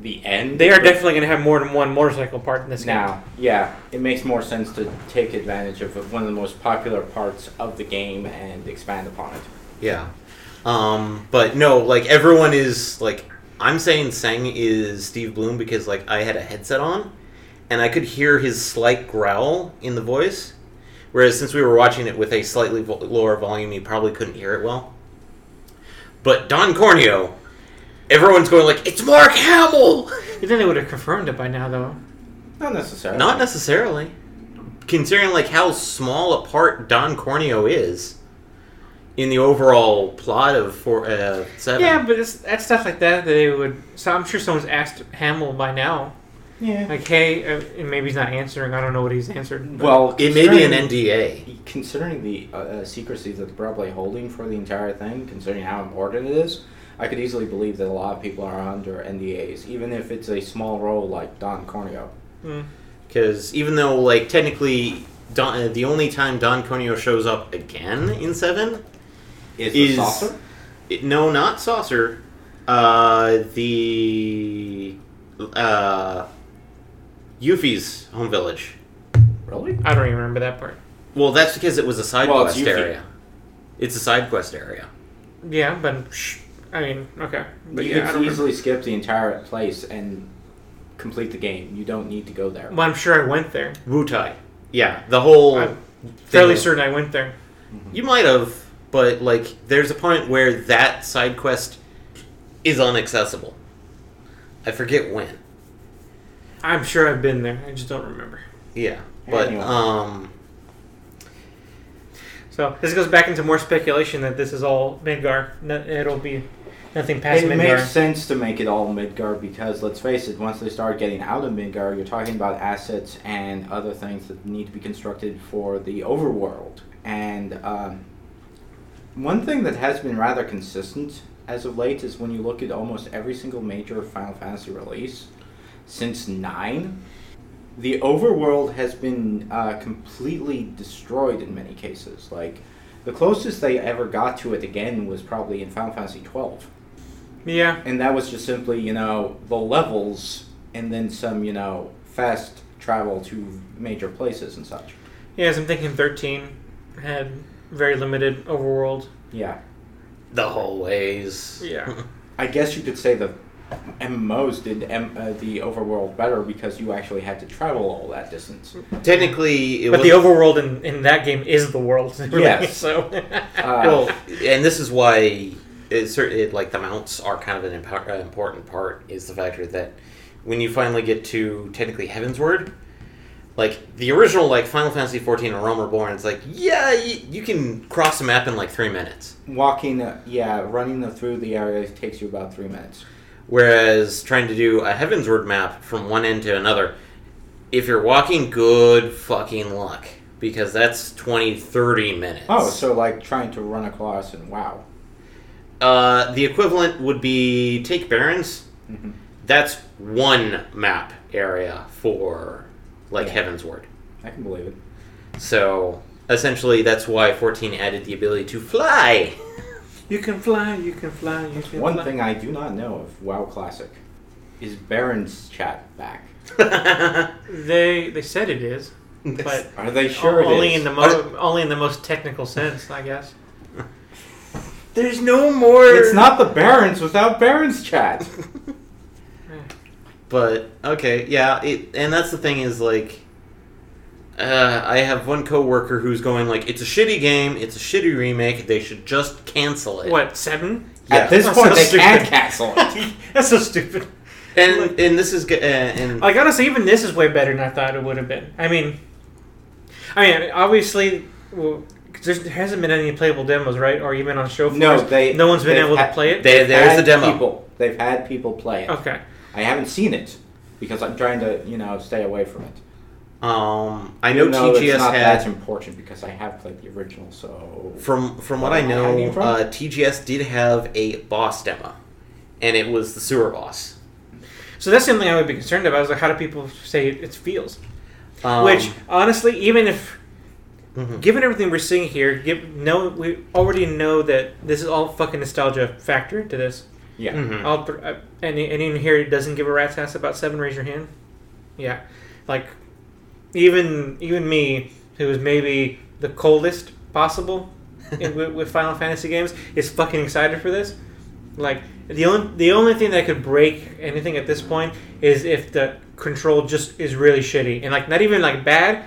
Speaker 3: the end.
Speaker 2: They are
Speaker 3: but-
Speaker 2: definitely going to have more than one motorcycle part in this game.
Speaker 3: Now, yeah, it makes more sense to take advantage of one of the most popular parts of the game and expand upon it.
Speaker 4: Yeah. Um, but no, like everyone is like I'm saying Sang is Steve Bloom because like I had a headset on and I could hear his slight growl in the voice. Whereas since we were watching it with a slightly vo- lower volume, you probably couldn't hear it well. But Don Corneo, everyone's going like, "It's Mark Hamill."
Speaker 2: You think they would have confirmed it by now, though?
Speaker 3: Not necessarily.
Speaker 4: Not necessarily, considering like how small a part Don Corneo is in the overall plot of four, uh, seven.
Speaker 2: Yeah, but it's that's stuff like that that they would. So I'm sure someone's asked Hamill by now,
Speaker 3: Yeah.
Speaker 2: like, "Hey," uh, and maybe he's not answering. I don't know what he's answered. but-
Speaker 3: well,
Speaker 4: It may be an
Speaker 3: considering-
Speaker 4: NDA.
Speaker 3: Considering the uh, uh, secrecy that they're probably holding for the entire thing, considering how important it is, I could easily believe that a lot of people are under NDAs, even if it's a small role like Don Corneo.
Speaker 2: Mm.
Speaker 4: Because even though, like, technically, Don, uh, the only time Don Conio shows up again in 7
Speaker 3: Is,
Speaker 4: is.
Speaker 3: the saucer?
Speaker 4: it- no, not Saucer. Uh, the. Uh, Yuffie's home village.
Speaker 3: Really?
Speaker 2: I don't even remember that part.
Speaker 4: Well, that's because it was a side
Speaker 3: Well, it's
Speaker 4: quest
Speaker 3: Yuffie.
Speaker 4: area. It's a side quest area.
Speaker 2: Yeah, but shh, I mean, okay, but
Speaker 3: you
Speaker 2: yeah, I
Speaker 3: could
Speaker 2: don't remember.
Speaker 3: easily skip the entire place and complete the game. You don't need to go there.
Speaker 2: Well, I'm sure I went there.
Speaker 4: Wu Tai. Yeah, the whole.
Speaker 2: I'm Fairly
Speaker 4: thing-
Speaker 2: certain I went there.
Speaker 4: You might have, but like, there's a point where that side quest is unaccessible. I forget when.
Speaker 2: I'm sure I've been there. I just don't remember.
Speaker 4: Yeah, but
Speaker 3: Anyway.
Speaker 4: um,
Speaker 2: So this goes back into more speculation that this is all Midgar. No, it'll be nothing past
Speaker 3: it
Speaker 2: Midgar.
Speaker 3: makes sense to make it all Midgar because let's face it, once they start getting out of Midgar, you're talking about assets and other things that need to be constructed for the overworld. And um, one thing that has been rather consistent as of late is when you look at almost every single major Final Fantasy release since nine, the overworld has been uh, completely destroyed in many cases. Like the closest they ever got to it again was probably in Final Fantasy twelve
Speaker 2: yeah,
Speaker 3: and that was just simply you know the levels and then some you know fast travel to major places and such
Speaker 2: yeah. As I'm thinking, 13 had very limited overworld.
Speaker 3: yeah
Speaker 4: the hallways.
Speaker 2: Yeah.
Speaker 3: i guess you could say the mmos did M- uh, the overworld better because you actually had to travel all that distance
Speaker 4: Technically, it
Speaker 2: But
Speaker 4: was
Speaker 2: the overworld in, in that game is the world. Really,
Speaker 3: Yes.
Speaker 2: So
Speaker 3: uh,
Speaker 4: well, and this is why it, cer- it like the mounts are kind of an impo- uh, important part is the factor that when you finally get to technically Heaven's Word, like the original like Final Fantasy XIV and Realm Reborn, it's like yeah, y- you can cross the map in like three minutes.
Speaker 3: walking uh, yeah running the, through the area takes you about three minutes
Speaker 4: Whereas trying to do a Heaven's Word map from one end to another, if you're walking, good fucking luck. Because that's 20, 30 minutes.
Speaker 3: oh so like trying to run across and wow
Speaker 4: Uh, the equivalent would be take Barons.
Speaker 3: Mhm.
Speaker 4: That's one map area for, like, Heaven's Word.
Speaker 3: i can believe it
Speaker 4: So, essentially, that's why 14 added the ability to fly.
Speaker 2: you can fly. You can fly. You can
Speaker 3: one
Speaker 2: fly.
Speaker 3: thing i do not know of wow classic is baron's chat back
Speaker 2: They they said it is, but
Speaker 3: are they sure it
Speaker 2: only
Speaker 3: is?
Speaker 2: in the mo- only in the most technical sense, I guess.
Speaker 4: There's no more.
Speaker 3: It's not the Barons without Barons chat.
Speaker 4: But okay, yeah, it and that's the thing is like uh, I have one coworker who's going like it's a shitty game, it's a shitty remake, they should just cancel it.
Speaker 2: What seven?
Speaker 4: Yeah.
Speaker 3: At this
Speaker 2: That's so
Speaker 3: point, they can
Speaker 2: stupid.
Speaker 3: cancel it.
Speaker 2: That's so stupid.
Speaker 4: and and this is g- uh, and
Speaker 2: Like honestly, even this is way better than I thought it would have been. I mean, I mean, obviously, well, 'cause there's- there hasn't been any playable demos, right? Or even on show
Speaker 3: No,
Speaker 2: floors.
Speaker 3: they-
Speaker 2: no one's been
Speaker 3: they've
Speaker 2: able to
Speaker 3: had-
Speaker 2: play it.
Speaker 4: there, there's
Speaker 3: Had
Speaker 4: a demo.
Speaker 3: People, they've had people play it.
Speaker 2: okay,
Speaker 3: I haven't seen it because I'm trying to, you know, stay away from it.
Speaker 4: Um, I know
Speaker 3: Even though
Speaker 4: TGS
Speaker 3: it's not that
Speaker 4: had
Speaker 3: important because I have played the original. So
Speaker 4: from from what I
Speaker 3: Where am I
Speaker 4: know,
Speaker 3: hiding from?
Speaker 4: uh, TGS did have a boss demo, and it was the sewer boss.
Speaker 2: so that's something I would be concerned about. Is like, how do people say it, it feels?
Speaker 4: Um,
Speaker 2: Which honestly, even if
Speaker 4: mhm.
Speaker 2: given everything we're seeing here, give, no, we already know that this is all fucking nostalgia factor into this.
Speaker 3: Yeah.
Speaker 4: Mhm.
Speaker 2: I'll pr- uh, any anyone here who doesn't give a rat's ass about seven, raise your hand. Yeah, like even even me, who is maybe the coldest possible in, with, with Final Fantasy games, is fucking excited for this. Like the only the only thing that could break anything at this point is if the control just is really shitty and like not even like bad.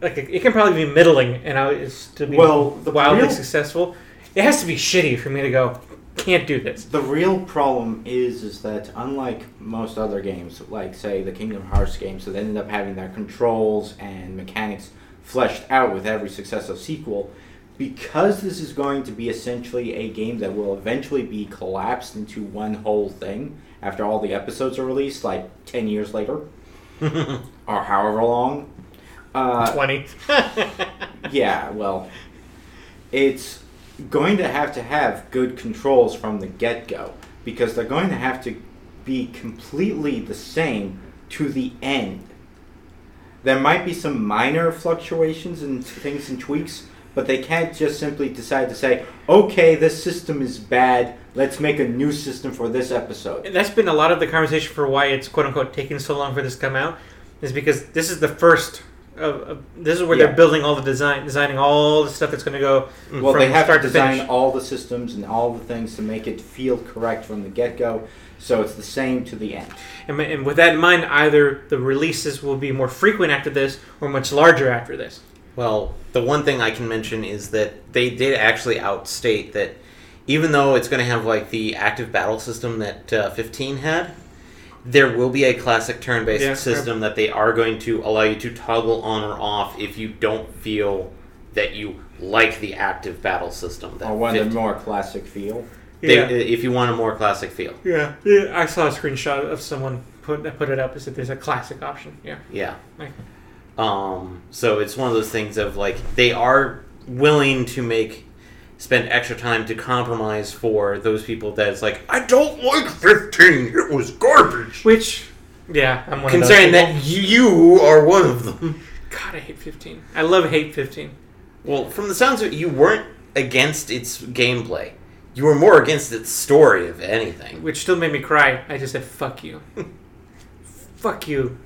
Speaker 2: Like it, it can probably be middling, and I it's to be
Speaker 3: Well, the
Speaker 2: wildly
Speaker 3: real-
Speaker 2: successful. It has to be shitty for me to go. Can't do this.
Speaker 3: The real problem is is that unlike most other games, like say the Kingdom Hearts games that ended up having their controls and mechanics fleshed out with every successive sequel, because this is going to be essentially a game that will eventually be collapsed into one whole thing after all the episodes are released, like ten years later, or however long. Uh,
Speaker 2: 20.
Speaker 3: yeah, well, it's going to have to have good controls from the get go because they're going to have to be completely the same to the end. There might be some minor fluctuations and things and tweaks, but they can't just simply decide to say, okay, this system is bad, let's make a new system for this episode.
Speaker 2: That's been a lot of the conversation for why it's quote unquote taking so long for this to come out, is because this is the first. Of, of, this is where
Speaker 3: Yeah.
Speaker 2: they're building all the design, designing all the stuff that's going to go.
Speaker 3: Well,
Speaker 2: from
Speaker 3: they have to
Speaker 2: start to
Speaker 3: design
Speaker 2: finish.
Speaker 3: all the systems and all the things to make it feel correct from the get go, so it's the same to the end.
Speaker 2: And, and with that in mind, either the releases will be more frequent after this or much larger after this.
Speaker 4: Well, the one thing I can mention is that they did actually outstate that even though it's going to have like the active battle system that uh, 15 had, there will be a classic turn based
Speaker 2: Yeah.
Speaker 4: system that they are going to allow you to toggle on or off if you don't feel that you like the active battle system. That
Speaker 3: or one of
Speaker 4: 15
Speaker 3: the more classic feel.
Speaker 4: they,
Speaker 2: Yeah.
Speaker 4: If you want a more classic feel.
Speaker 2: yeah. Yeah. I saw a screenshot of someone put that put it up. Is that there's a classic option? Yeah.
Speaker 4: Yeah.
Speaker 2: Like,
Speaker 4: Um, so it's one of those things of like they are willing to make spend extra time to compromise for those people that's like I don't like fifteen. It was garbage.
Speaker 2: which, yeah, I'm one
Speaker 4: Considering
Speaker 2: of those people.
Speaker 4: that you are one of them.
Speaker 2: God, I hate 15. I love hate 15.
Speaker 4: Well, from the sounds of it, you weren't against its gameplay. You were more against its story, if anything.
Speaker 2: which still made me cry. I just said, "Fuck you, fuck you,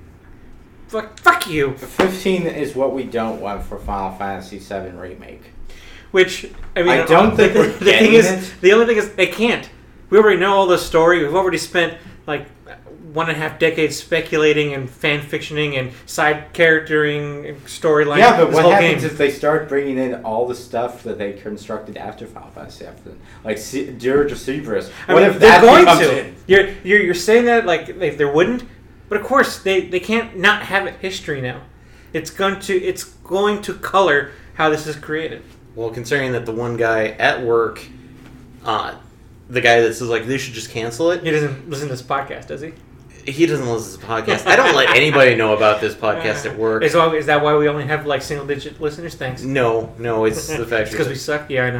Speaker 2: fuck, fuck you."
Speaker 3: 15 is what we don't want for Final Fantasy VII Remake.
Speaker 2: Which I mean,
Speaker 3: I
Speaker 2: the-
Speaker 3: don't think
Speaker 2: the,
Speaker 3: we're
Speaker 2: the
Speaker 3: getting
Speaker 2: thing is,
Speaker 3: it.
Speaker 2: the only thing is they can't. We already know all the story. We've already spent like one and a half decades speculating and fan fictioning and side charactering and storyline.
Speaker 3: yeah, but
Speaker 2: this
Speaker 3: what
Speaker 2: whole
Speaker 3: happens
Speaker 2: game.
Speaker 3: if they start bringing in all the stuff that they constructed after Final Fantasy VII? Like Se- Dirge of Cerberus.
Speaker 2: I
Speaker 3: what
Speaker 2: mean,
Speaker 3: if
Speaker 2: they're
Speaker 3: that
Speaker 2: going
Speaker 3: becomes
Speaker 2: to?
Speaker 3: it?
Speaker 2: You're, you're you're saying that like they, they wouldn't, but of course they, they can't not have it history now. It's going to it's going to color how this is created.
Speaker 4: Well, considering that the one guy at work, uh, the guy that says like they should just cancel it,
Speaker 2: He doesn't listen to this podcast, does he?
Speaker 4: He doesn't listen to the podcast. I don't let anybody know about this podcast at work.
Speaker 2: Is, why- is that why we only have like single digit listeners? Thanks.
Speaker 4: No, no, it's the fact
Speaker 2: because we
Speaker 4: that
Speaker 2: suck. Yeah, I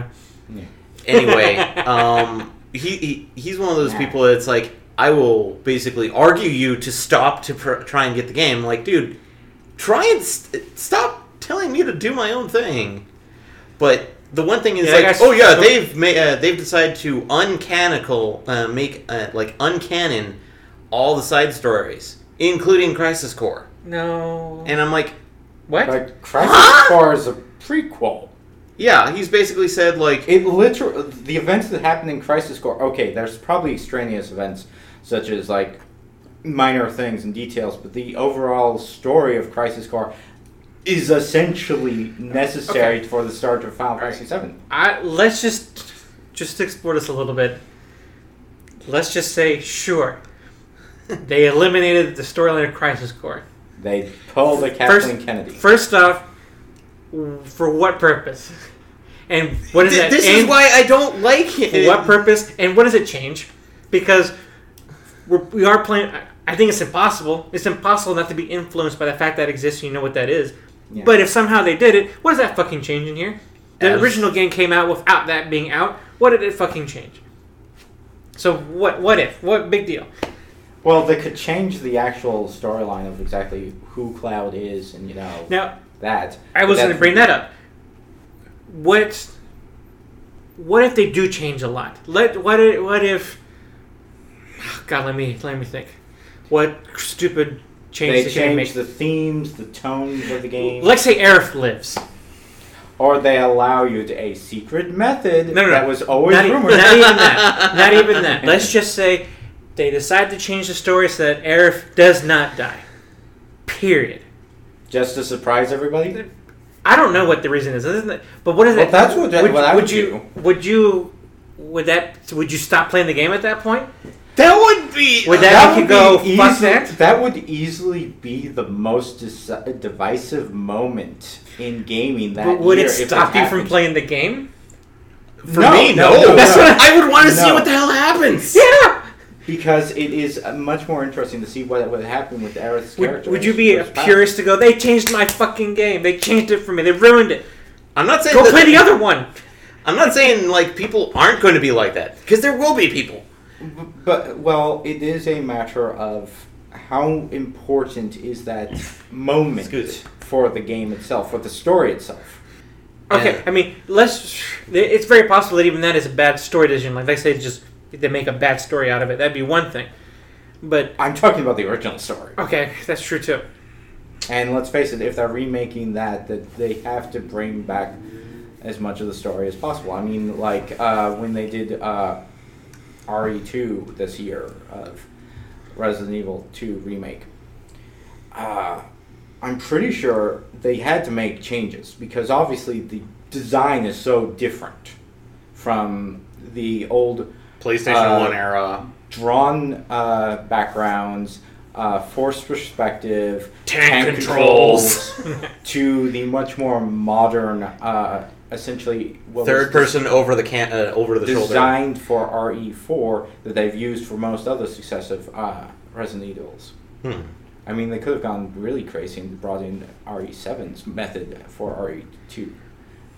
Speaker 2: know.
Speaker 4: anyway, um, he, he he's one of those people that's like, I will basically argue you to stop to pr- try and get the game. Like, dude, try and st- stop telling me to do my own thing. But the one thing is
Speaker 2: Yeah, I
Speaker 4: like,
Speaker 2: guess-
Speaker 4: oh yeah, they've ma- uh, they've decided to uncanical uh, make uh, like uncanon all the side stories, including Crisis Core.
Speaker 2: No.
Speaker 4: And I'm like,
Speaker 2: what?
Speaker 3: Like, Crisis
Speaker 4: Huh?
Speaker 3: Core is a prequel.
Speaker 4: Yeah, he's basically said like
Speaker 3: It literally. The events that happened in Crisis Core. Okay, there's probably extraneous events, such as, like, minor things and details, but the overall story of Crisis Core is essentially necessary for the start of Final Fantasy VII.
Speaker 2: I let's just just explore this a little bit. Let's just say, sure, they eliminated the storyline of Crisis Core.
Speaker 3: They pull the
Speaker 2: First-
Speaker 3: Kathleen Kennedy.
Speaker 2: First off, for what purpose? And what does
Speaker 4: "Th-
Speaker 2: that
Speaker 4: this
Speaker 2: end-
Speaker 4: is why I don't like
Speaker 2: for
Speaker 4: it.
Speaker 2: what purpose? And what does it change? Because we're, we are playing. I- I think it's impossible. It's impossible not to be influenced by the fact that it exists. and You know what that is.
Speaker 3: Yeah.
Speaker 2: But if somehow they did it, what does that fucking change in here? The
Speaker 4: As-
Speaker 2: original game came out without that being out. What did it fucking change? So what? What if? What big deal?
Speaker 3: well, they could change the actual storyline of exactly who Cloud is, and you know
Speaker 2: Now
Speaker 3: that.
Speaker 2: I was going to bring that up. What? What if they do change a lot? Let what? i- What if God, let me let me think. What stupid change
Speaker 3: they
Speaker 2: did they
Speaker 3: change
Speaker 2: make?
Speaker 3: the themes, the tones of the game,
Speaker 2: Let's say Aerith lives.
Speaker 3: or they allow you to a secret method
Speaker 2: No, no, no.
Speaker 3: that was always
Speaker 2: not, e-
Speaker 3: rumored.
Speaker 2: not even that. Not even that. Let's just say they decide to change the story so that Aerith does not die. Period.
Speaker 3: Just to surprise everybody.
Speaker 2: I don't know what the reason is, isn't it? But what is
Speaker 3: Well,
Speaker 2: it?
Speaker 3: that's what- what I would
Speaker 2: you would you would that would you stop playing the game at that point?
Speaker 4: That would be.
Speaker 2: Would that- make you
Speaker 3: would
Speaker 2: go,
Speaker 3: be
Speaker 2: "Fuck
Speaker 3: easy-
Speaker 2: that"?
Speaker 3: that would easily be the most deci- divisive moment in gaming that
Speaker 2: But would
Speaker 3: year
Speaker 2: it
Speaker 3: if
Speaker 2: stop you from
Speaker 3: happened.
Speaker 2: playing the game?
Speaker 4: for
Speaker 3: No,
Speaker 4: me?
Speaker 3: no,
Speaker 4: No.
Speaker 3: no,
Speaker 4: That's
Speaker 3: no.
Speaker 4: what I would want to see
Speaker 3: No.
Speaker 4: what the hell happens.
Speaker 2: Yeah.
Speaker 3: Because it is uh, much more interesting to see what would happen with Aerith's
Speaker 2: Would,
Speaker 3: character.
Speaker 2: would you
Speaker 3: when
Speaker 2: be
Speaker 3: she
Speaker 2: a
Speaker 3: goes back.
Speaker 2: purist to go? They changed my fucking game. They changed it for me. They ruined it.
Speaker 4: I'm not saying
Speaker 2: Go
Speaker 4: that-
Speaker 2: play the other one.
Speaker 4: I'm not saying like people aren't going to be like that because there will be people.
Speaker 3: But well, it is a matter of how important is that
Speaker 4: Excuse
Speaker 3: moment
Speaker 4: me.
Speaker 3: for the game itself, for the story itself.
Speaker 2: Okay,
Speaker 4: Yeah.
Speaker 2: I mean, let's. It's very possible that even that is a bad story decision. Like they say, just they make a bad story out of it. That'd be one thing. But
Speaker 3: I'm talking about the original story.
Speaker 2: okay, that's true too.
Speaker 3: And let's face it, if they're remaking that, that they have to bring back as much of the story as possible. I mean, like uh, when they did uh, RE2 this year of Resident Evil 2 remake. Uh, I'm pretty sure they had to make changes because obviously the design is so different from the old
Speaker 4: PlayStation
Speaker 3: Uh,
Speaker 4: One era,
Speaker 3: drawn uh, backgrounds, uh, forced perspective,
Speaker 4: Tank controls.
Speaker 3: controls, to the much more modern, uh, essentially what was
Speaker 4: third person over the can uh, over the shoulder.
Speaker 3: designed for RE4 that they've used for most other successive uh, Resident Evils.
Speaker 4: Hmm.
Speaker 3: I mean, they could have gone really crazy and brought in RE7's method for RE2,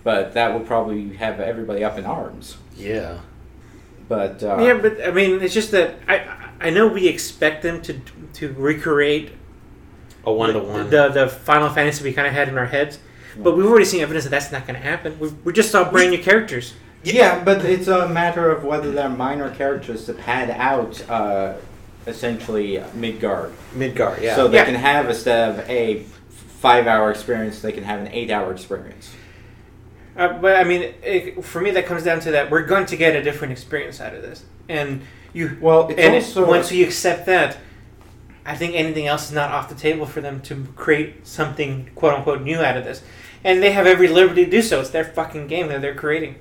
Speaker 3: but that would probably have everybody up in arms.
Speaker 4: Yeah.
Speaker 3: But uh,
Speaker 2: yeah, but I mean, it's just that I I know we expect them to to recreate
Speaker 4: A one to
Speaker 2: the-
Speaker 4: one.
Speaker 2: the the Final Fantasy we kind of had in our heads, but we've already seen evidence that that's not going to happen. We, we just saw brand new characters.
Speaker 3: Yeah, but it's a matter of whether they're minor characters to pad out uh, essentially Midgard.
Speaker 4: Midgar. Yeah.
Speaker 3: So they
Speaker 2: Yeah.
Speaker 3: can have instead of a five hour experience, they can have an eight hour experience.
Speaker 2: Uh, but I mean, it, for me, that comes down to that we're going to get a different experience out of this, and you
Speaker 3: Well, it's
Speaker 2: and it-
Speaker 3: also-
Speaker 2: once you accept that, I think anything else is not off the table for them to create something quote unquote new out of this, and they have every liberty to do so. It's their fucking game that they're creating.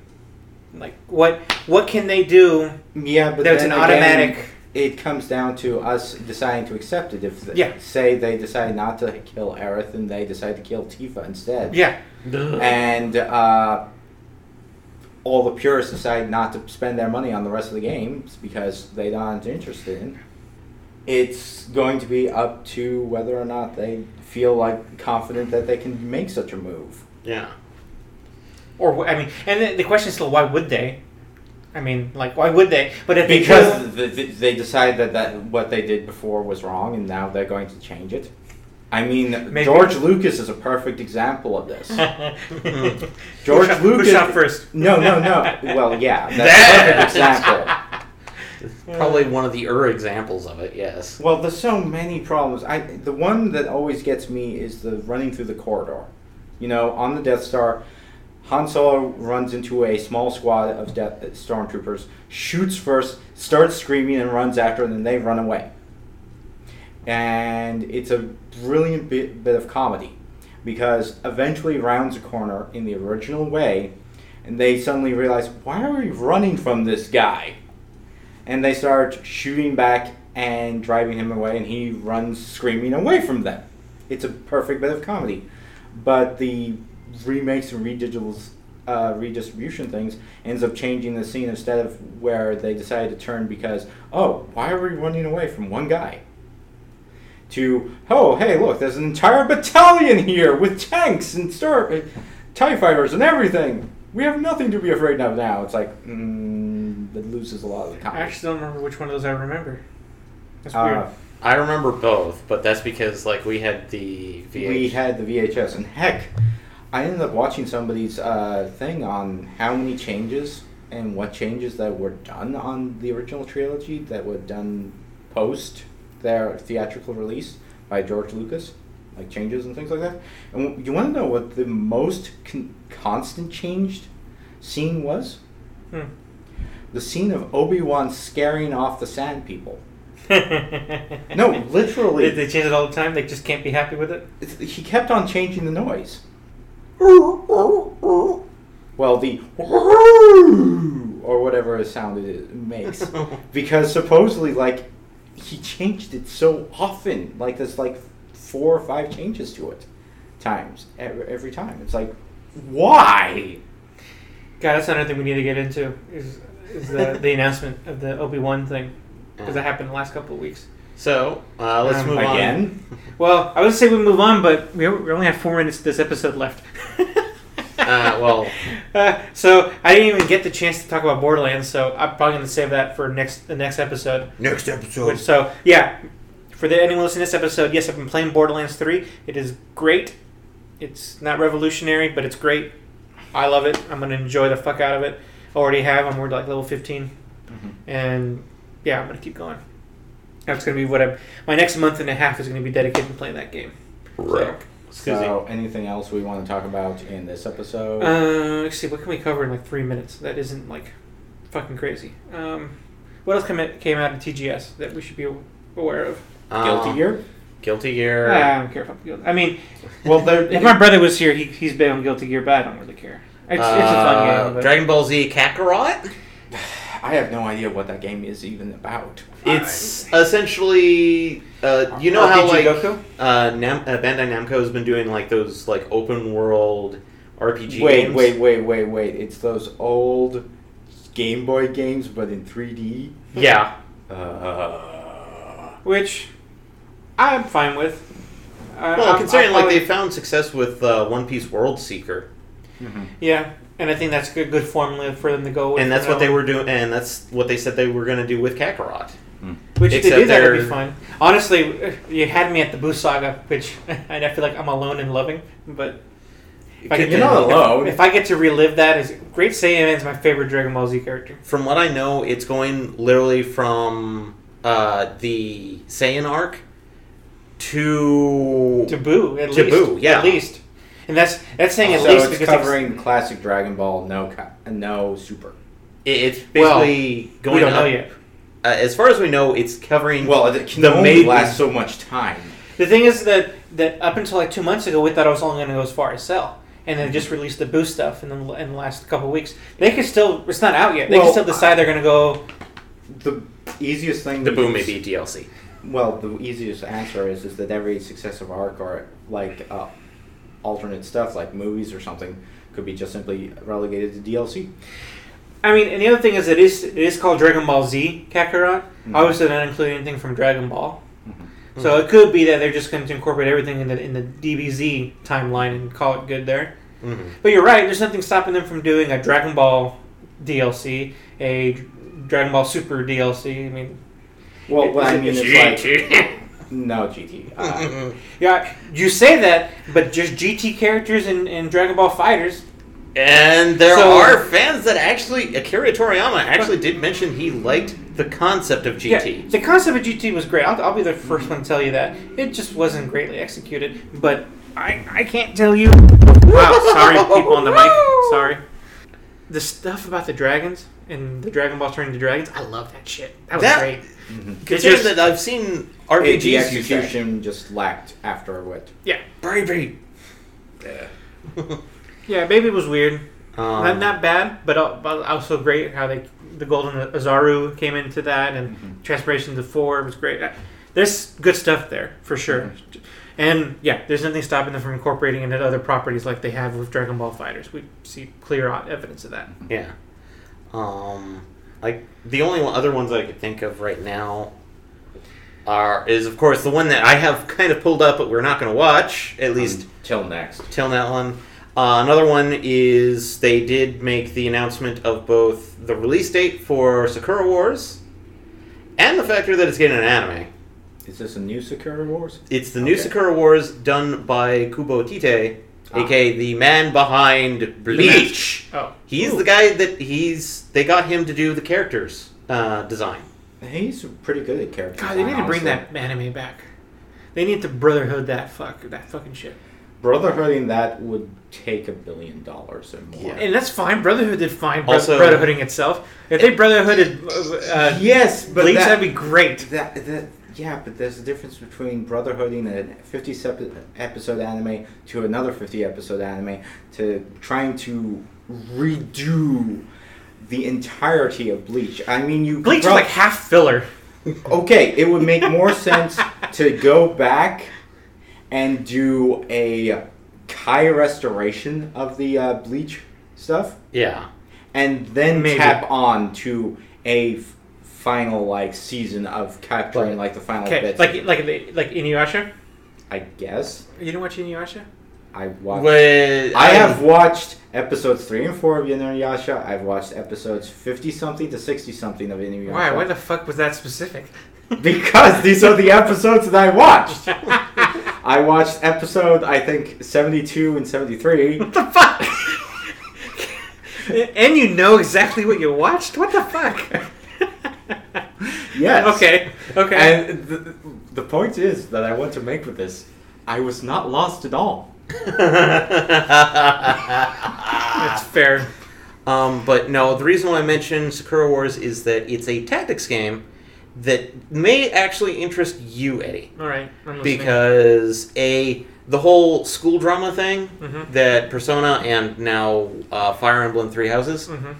Speaker 2: Like what what can they do?
Speaker 3: Yeah, but
Speaker 2: There's
Speaker 3: then
Speaker 2: an
Speaker 3: again,
Speaker 2: automatic-
Speaker 3: It comes down to us deciding to accept it. If
Speaker 2: Yeah.
Speaker 3: say they decide not to kill Aerith and they decide to kill Tifa instead,
Speaker 2: Yeah,
Speaker 3: and uh, all the purists decide not to spend their money on the rest of the games because they aren't interested in. It's going to be up to whether or not they feel like confident that they can make such a move.
Speaker 4: yeah.
Speaker 2: or wh- I mean, and the, the question is still why would they? I mean, like why would they? But if they do-
Speaker 3: Because th- th- they decide that, that what they did before was wrong, and now they're going to change it. I mean,
Speaker 2: Maybe-
Speaker 3: George Lucas is a perfect example of this.
Speaker 2: Who
Speaker 3: George
Speaker 2: shot- who
Speaker 3: Lucas.
Speaker 2: shot first?
Speaker 3: No, no, no. Well, yeah, that's a perfect
Speaker 4: That-
Speaker 3: example.
Speaker 4: Probably one of the er examples of it. Yes.
Speaker 3: Well, there's so many problems. I the one that always gets me is the running through the corridor. You know, on the Death Star, Han Solo runs into a small squad of death, uh, stormtroopers, shoots first, starts screaming, and runs after, and then they run away. And it's a brilliant bit, bit of comedy because eventually rounds a corner in the original way, and they suddenly realize, why are we running from this guy? and they start shooting back and driving him away, and he runs screaming away from them. It's a perfect bit of comedy. But the remakes and redigitals, uh, redistribution things ends up changing the scene instead of where they decided to turn because, oh, why are we running away from one guy? To, oh, hey, look, there's an entire battalion here with tanks and star, uh, TIE fighters and everything. We have nothing to be afraid of now. It's like, mm, that loses a lot of the
Speaker 2: I
Speaker 3: comedy.
Speaker 2: actually don't remember which one of those I remember. That's weird.
Speaker 3: Uh,
Speaker 4: I remember both, but that's because like we had the VH.
Speaker 3: we had the VHS, and heck, I ended up watching somebody's uh, thing on how many changes and what changes that were done on the original trilogy that were done post their theatrical release by George Lucas, like changes and things like that. And you want to know what the most con- constant changed scene was?
Speaker 2: Hmm.
Speaker 3: The scene of Obi Wan scaring off the Sand People. No, literally.
Speaker 2: They, they change it all the time. They just can't be happy with it.
Speaker 3: It's- he kept on changing the noise. Well, the or whatever sound it makes, because supposedly, like, he changed it so often. Like, there's like four or five changes to it, times every, every time. It's like, why?
Speaker 2: God, that's another thing we need to get into is, is the, the announcement of the Obi Wan thing because that happened the last couple of weeks.
Speaker 4: So uh, let's
Speaker 2: Um,
Speaker 4: move on.
Speaker 3: Again,
Speaker 2: Well, I would say we move on, but we, we only have four minutes of this episode left.
Speaker 4: Uh, well,
Speaker 2: Uh, so I didn't even get the chance to talk about Borderlands, so I'm probably going to save that for next the next episode.
Speaker 4: next
Speaker 2: Which,
Speaker 4: episode.
Speaker 2: so yeah, for the anyone listening to this episode, yes, I've been playing Borderlands Three. It is great. It's not revolutionary, but it's great. I love it. I'm going to enjoy the fuck out of it. Already have. I'm already like level 15,
Speaker 4: Mm-hmm.
Speaker 2: and yeah, I'm going to keep going. That's going to be what I'm. My next month and a half is going to be dedicated to playing that game. So,
Speaker 4: Excuse me.
Speaker 3: so anything else we want to talk about in this episode?
Speaker 2: Uh, let's see, what can we cover in like three minutes? That isn't like fucking crazy. Um, what else came out, came out of TGS that we should be aware of?
Speaker 3: Guilty
Speaker 4: Um,
Speaker 3: Gear.
Speaker 4: Guilty
Speaker 2: Ah,
Speaker 4: Gear.
Speaker 2: I don't care about Guilty. I mean,
Speaker 3: Well, there.
Speaker 2: if my brother was here, he he's big on Guilty Gear, but I don't really care. It's, it's a
Speaker 4: Uh,
Speaker 2: fun game. But
Speaker 4: Dragon Ball Z Kakarot.
Speaker 3: I have no idea what that game is even about.
Speaker 4: It's essentially uh, you know how
Speaker 2: RPG
Speaker 4: like
Speaker 2: Goku?
Speaker 4: Uh, Nam- uh, Bandai Namco has been doing like those like open world RPG.
Speaker 3: wait,
Speaker 4: games.
Speaker 3: wait, wait, wait, wait. It's those old Game Boy games, but in 3D.
Speaker 4: Yeah,
Speaker 3: Uh,
Speaker 2: which I'm fine with. I,
Speaker 4: well,
Speaker 2: I'm-
Speaker 4: considering
Speaker 2: I'll
Speaker 4: like
Speaker 2: probably-
Speaker 4: they found success with uh, One Piece World Seeker,
Speaker 2: yeah, and I think that's a good good formula for them to go with.
Speaker 4: and that's
Speaker 2: for
Speaker 4: what they
Speaker 2: now.
Speaker 4: were doing, and that's what they said they were going to do with Kakarot.
Speaker 2: Which if they
Speaker 4: Except
Speaker 2: do that, it'd be
Speaker 4: they're-
Speaker 2: fun. Honestly, uh, you had me at the Boo Saga, which and I feel like I'm alone in loving. But if I
Speaker 4: Can-
Speaker 2: get
Speaker 3: You're
Speaker 2: to-
Speaker 3: not
Speaker 2: if-
Speaker 3: alone.
Speaker 2: If, I get to relive that, is Great Saiyan is my favorite Dragon Ball Z character.
Speaker 4: From what I know, it's going literally from uh, the Saiyan arc to
Speaker 2: To Boo, at
Speaker 4: To
Speaker 2: least.
Speaker 4: Boo, yeah.
Speaker 2: at least. And that's that's saying at
Speaker 3: so
Speaker 2: least
Speaker 3: it's
Speaker 2: because
Speaker 3: covering classic Dragon Ball, no, co- no Super.
Speaker 4: it- it's
Speaker 2: Well,
Speaker 4: basically
Speaker 2: we
Speaker 4: going
Speaker 2: don't
Speaker 4: up-
Speaker 2: know yet.
Speaker 4: Uh, as far as we know, it's covering
Speaker 3: Well, it can
Speaker 4: The
Speaker 3: only
Speaker 4: main-
Speaker 3: last so much time.
Speaker 2: The thing is that that up until like two months ago, we thought I was only going to go as far as Cell. And then just released the Boo stuff in the, in the last couple weeks. They can still, it's not out yet. They
Speaker 3: Well,
Speaker 2: can still decide they're going to go.
Speaker 3: The easiest thing.
Speaker 4: the Boo
Speaker 3: is-
Speaker 4: maybe DLC.
Speaker 3: Well, the easiest answer is is that every successive arc or like uh, alternate stuff, like movies or something, could be just simply relegated to DLC.
Speaker 2: I mean, and the other thing is, it is it is called Dragon Ball Z Kakarot. I Obviously, they don't include anything from Dragon Ball, so it could be that they're just going to incorporate everything in the in the DBZ timeline and call it good there.
Speaker 4: Mhm.
Speaker 2: But you're right. There's nothing stopping them from doing a Dragon Ball DLC, a Dragon Ball Super DLC. I mean,
Speaker 3: Well,
Speaker 2: It-
Speaker 3: what
Speaker 2: is
Speaker 3: I
Speaker 2: it
Speaker 3: mean is like no GT. Uh,
Speaker 2: yeah, you say that, but just GT characters and, and Dragon Ball fighters.
Speaker 4: And there
Speaker 2: So-
Speaker 4: are fans that actually Akira Toriyama actually did mention he liked the concept of GT.
Speaker 2: Yeah, the concept of GT was great. I'll, I'll be the 1st one to tell you that. It just wasn't greatly executed, but I, I can't tell you. Wow, sorry, people on the mic. Sorry. The stuff about the dragons and the Dragon Balls turning to dragons, I love that shit. That was
Speaker 4: That-
Speaker 2: great.
Speaker 3: mm-hmm.
Speaker 4: Considering
Speaker 2: just-
Speaker 4: that I've seen
Speaker 3: it, the
Speaker 4: RPGs use that.
Speaker 3: execution just lacked after wit.
Speaker 2: Yeah.
Speaker 4: Very, very.
Speaker 2: Yeah, Baby was weird.
Speaker 4: Um,
Speaker 2: not, not bad, but al- but also great how they the Golden Azaru came into that and
Speaker 4: Mm-hmm.
Speaker 2: Transpiration to Four was great. Uh, There's good stuff there for sure,
Speaker 4: Mm-hmm.
Speaker 2: and yeah, there's nothing stopping them from incorporating into other properties like they have with Dragon Ball Fighters. We see clear o- evidence of that.
Speaker 4: Yeah. Um, like the only one, other ones I could think of right now are is of course the one that I have kind of pulled up, but we're not going to watch at least
Speaker 3: Till next.
Speaker 4: till that one. Uh, another one is they did make the announcement of both the release date for Sakura Wars and the factor that it's getting an anime.
Speaker 3: Is this a new Sakura Wars?
Speaker 4: It's the new
Speaker 3: Okay. Ah.
Speaker 4: Sakura Wars done by Kubo Tite, aka the man behind Bleach.
Speaker 2: Oh,
Speaker 4: He's the guy that he's. They got him to do the characters uh, design.
Speaker 3: He's pretty good at character.
Speaker 2: God, they need
Speaker 3: design,
Speaker 2: to bring
Speaker 3: honestly.
Speaker 2: that anime back. They need to brotherhood that fuck that fucking shit.
Speaker 3: Brotherhooding that would take a billion dollars and more.
Speaker 4: Yeah.
Speaker 2: And that's fine. Brotherhood did fine. Bro-
Speaker 4: Also-
Speaker 2: brotherhooding itself. If they brotherhooded uh,
Speaker 3: yes,
Speaker 2: uh,
Speaker 3: but
Speaker 2: Bleach,
Speaker 3: that,
Speaker 2: that'd be great.
Speaker 3: that that yeah, but there's a difference between brotherhooding a 50 sep- episode anime to another 50 episode anime to trying to redo the entirety of Bleach. I mean, you
Speaker 2: Bleach is
Speaker 3: prob-
Speaker 2: like half filler.
Speaker 3: okay, it would make more sense to go back and do a Kai restoration of the uh, Bleach stuff,
Speaker 4: Yeah.
Speaker 3: and then
Speaker 2: Maybe.
Speaker 3: tap on to a f- final like season of capturing like the final
Speaker 2: Okay,
Speaker 3: bits.
Speaker 2: like like the- like Inuyasha.
Speaker 3: I guess
Speaker 2: You didn't watch Inuyasha?
Speaker 3: I watched.
Speaker 4: Well,
Speaker 3: I have watched episodes three and four of Inuyasha. I've watched episodes fifty something to sixty something of Inuyasha.
Speaker 2: Why? Why the fuck was that specific?
Speaker 3: Because these are the episodes that I watched. I watched episode I think seventy two and seventy three.
Speaker 2: What the fuck? and you know exactly what you watched? What the fuck?
Speaker 3: Yes.
Speaker 2: Okay, okay.
Speaker 3: And the, the point is that I want to make with this, I was not lost at all.
Speaker 2: That's fair.
Speaker 4: Um, but no, the reason why I mentioned Sakura Wars is that it's a tactics game that may actually interest you, Eddie,
Speaker 2: Alright, I'm listening.
Speaker 4: because a the whole school drama thing
Speaker 2: Mhm.
Speaker 4: that Persona and now uh, Fire Emblem Three Houses.
Speaker 2: Mhm.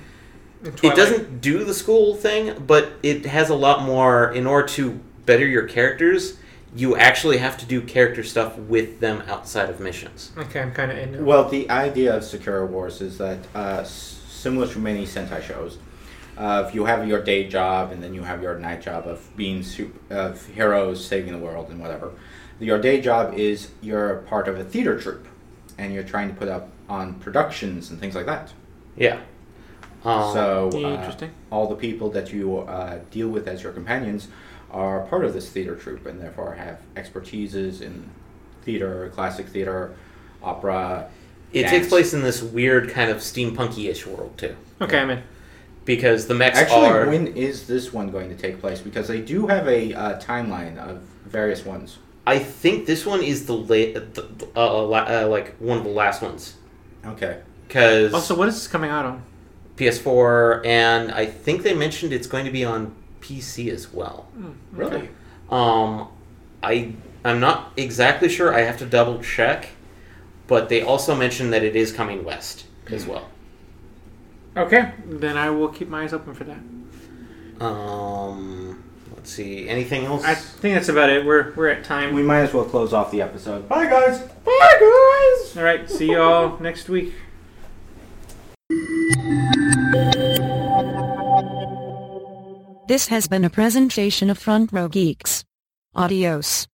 Speaker 4: It
Speaker 2: Twilight.
Speaker 4: doesn't do the school thing, but it has a lot more. In order to better your characters, you actually have to do character stuff with them outside of missions.
Speaker 2: Okay, I'm kind of into it.
Speaker 3: Well, the idea of Sakura Wars is that, uh, s- similar to many Sentai shows, uh, if you have your day job and then you have your night job of being sup- of heroes saving the world and whatever, your day job is you're part of a theater troupe, and you're trying to put up on productions and things like that.
Speaker 4: Yeah. Um,
Speaker 3: so uh,
Speaker 2: Interesting.
Speaker 3: all the people that you uh, deal with as your companions are part of this theater troupe and therefore have expertises in theater, classic theater, opera.
Speaker 4: It
Speaker 3: dance.
Speaker 4: takes place in this weird kind of steampunky-ish world too,
Speaker 2: Okay, I'm in.
Speaker 4: because the mechs
Speaker 3: Actually,
Speaker 4: are
Speaker 3: when is this one going to take place? Because they do have a uh, timeline of various ones.
Speaker 4: I think this one is the late, the, uh, la- uh, like one of the last ones,
Speaker 3: Okay.
Speaker 4: because
Speaker 2: Also, what is this coming out on?
Speaker 4: PS4, and I think they mentioned it's going to be on PC as well.
Speaker 3: Really?
Speaker 2: Okay.
Speaker 4: Um, I I'm not exactly sure. I have to double check, but they also mentioned that it is coming west as well.
Speaker 2: Okay, then I will keep my eyes open for that.
Speaker 4: Um, let's see. Anything else?
Speaker 2: I think that's about it. We're we're at time.
Speaker 3: We might as well close off the episode. Bye, guys. Bye, guys.
Speaker 2: All right, see you all next week.
Speaker 1: This has been a presentation of Front Row Geeks. Adios.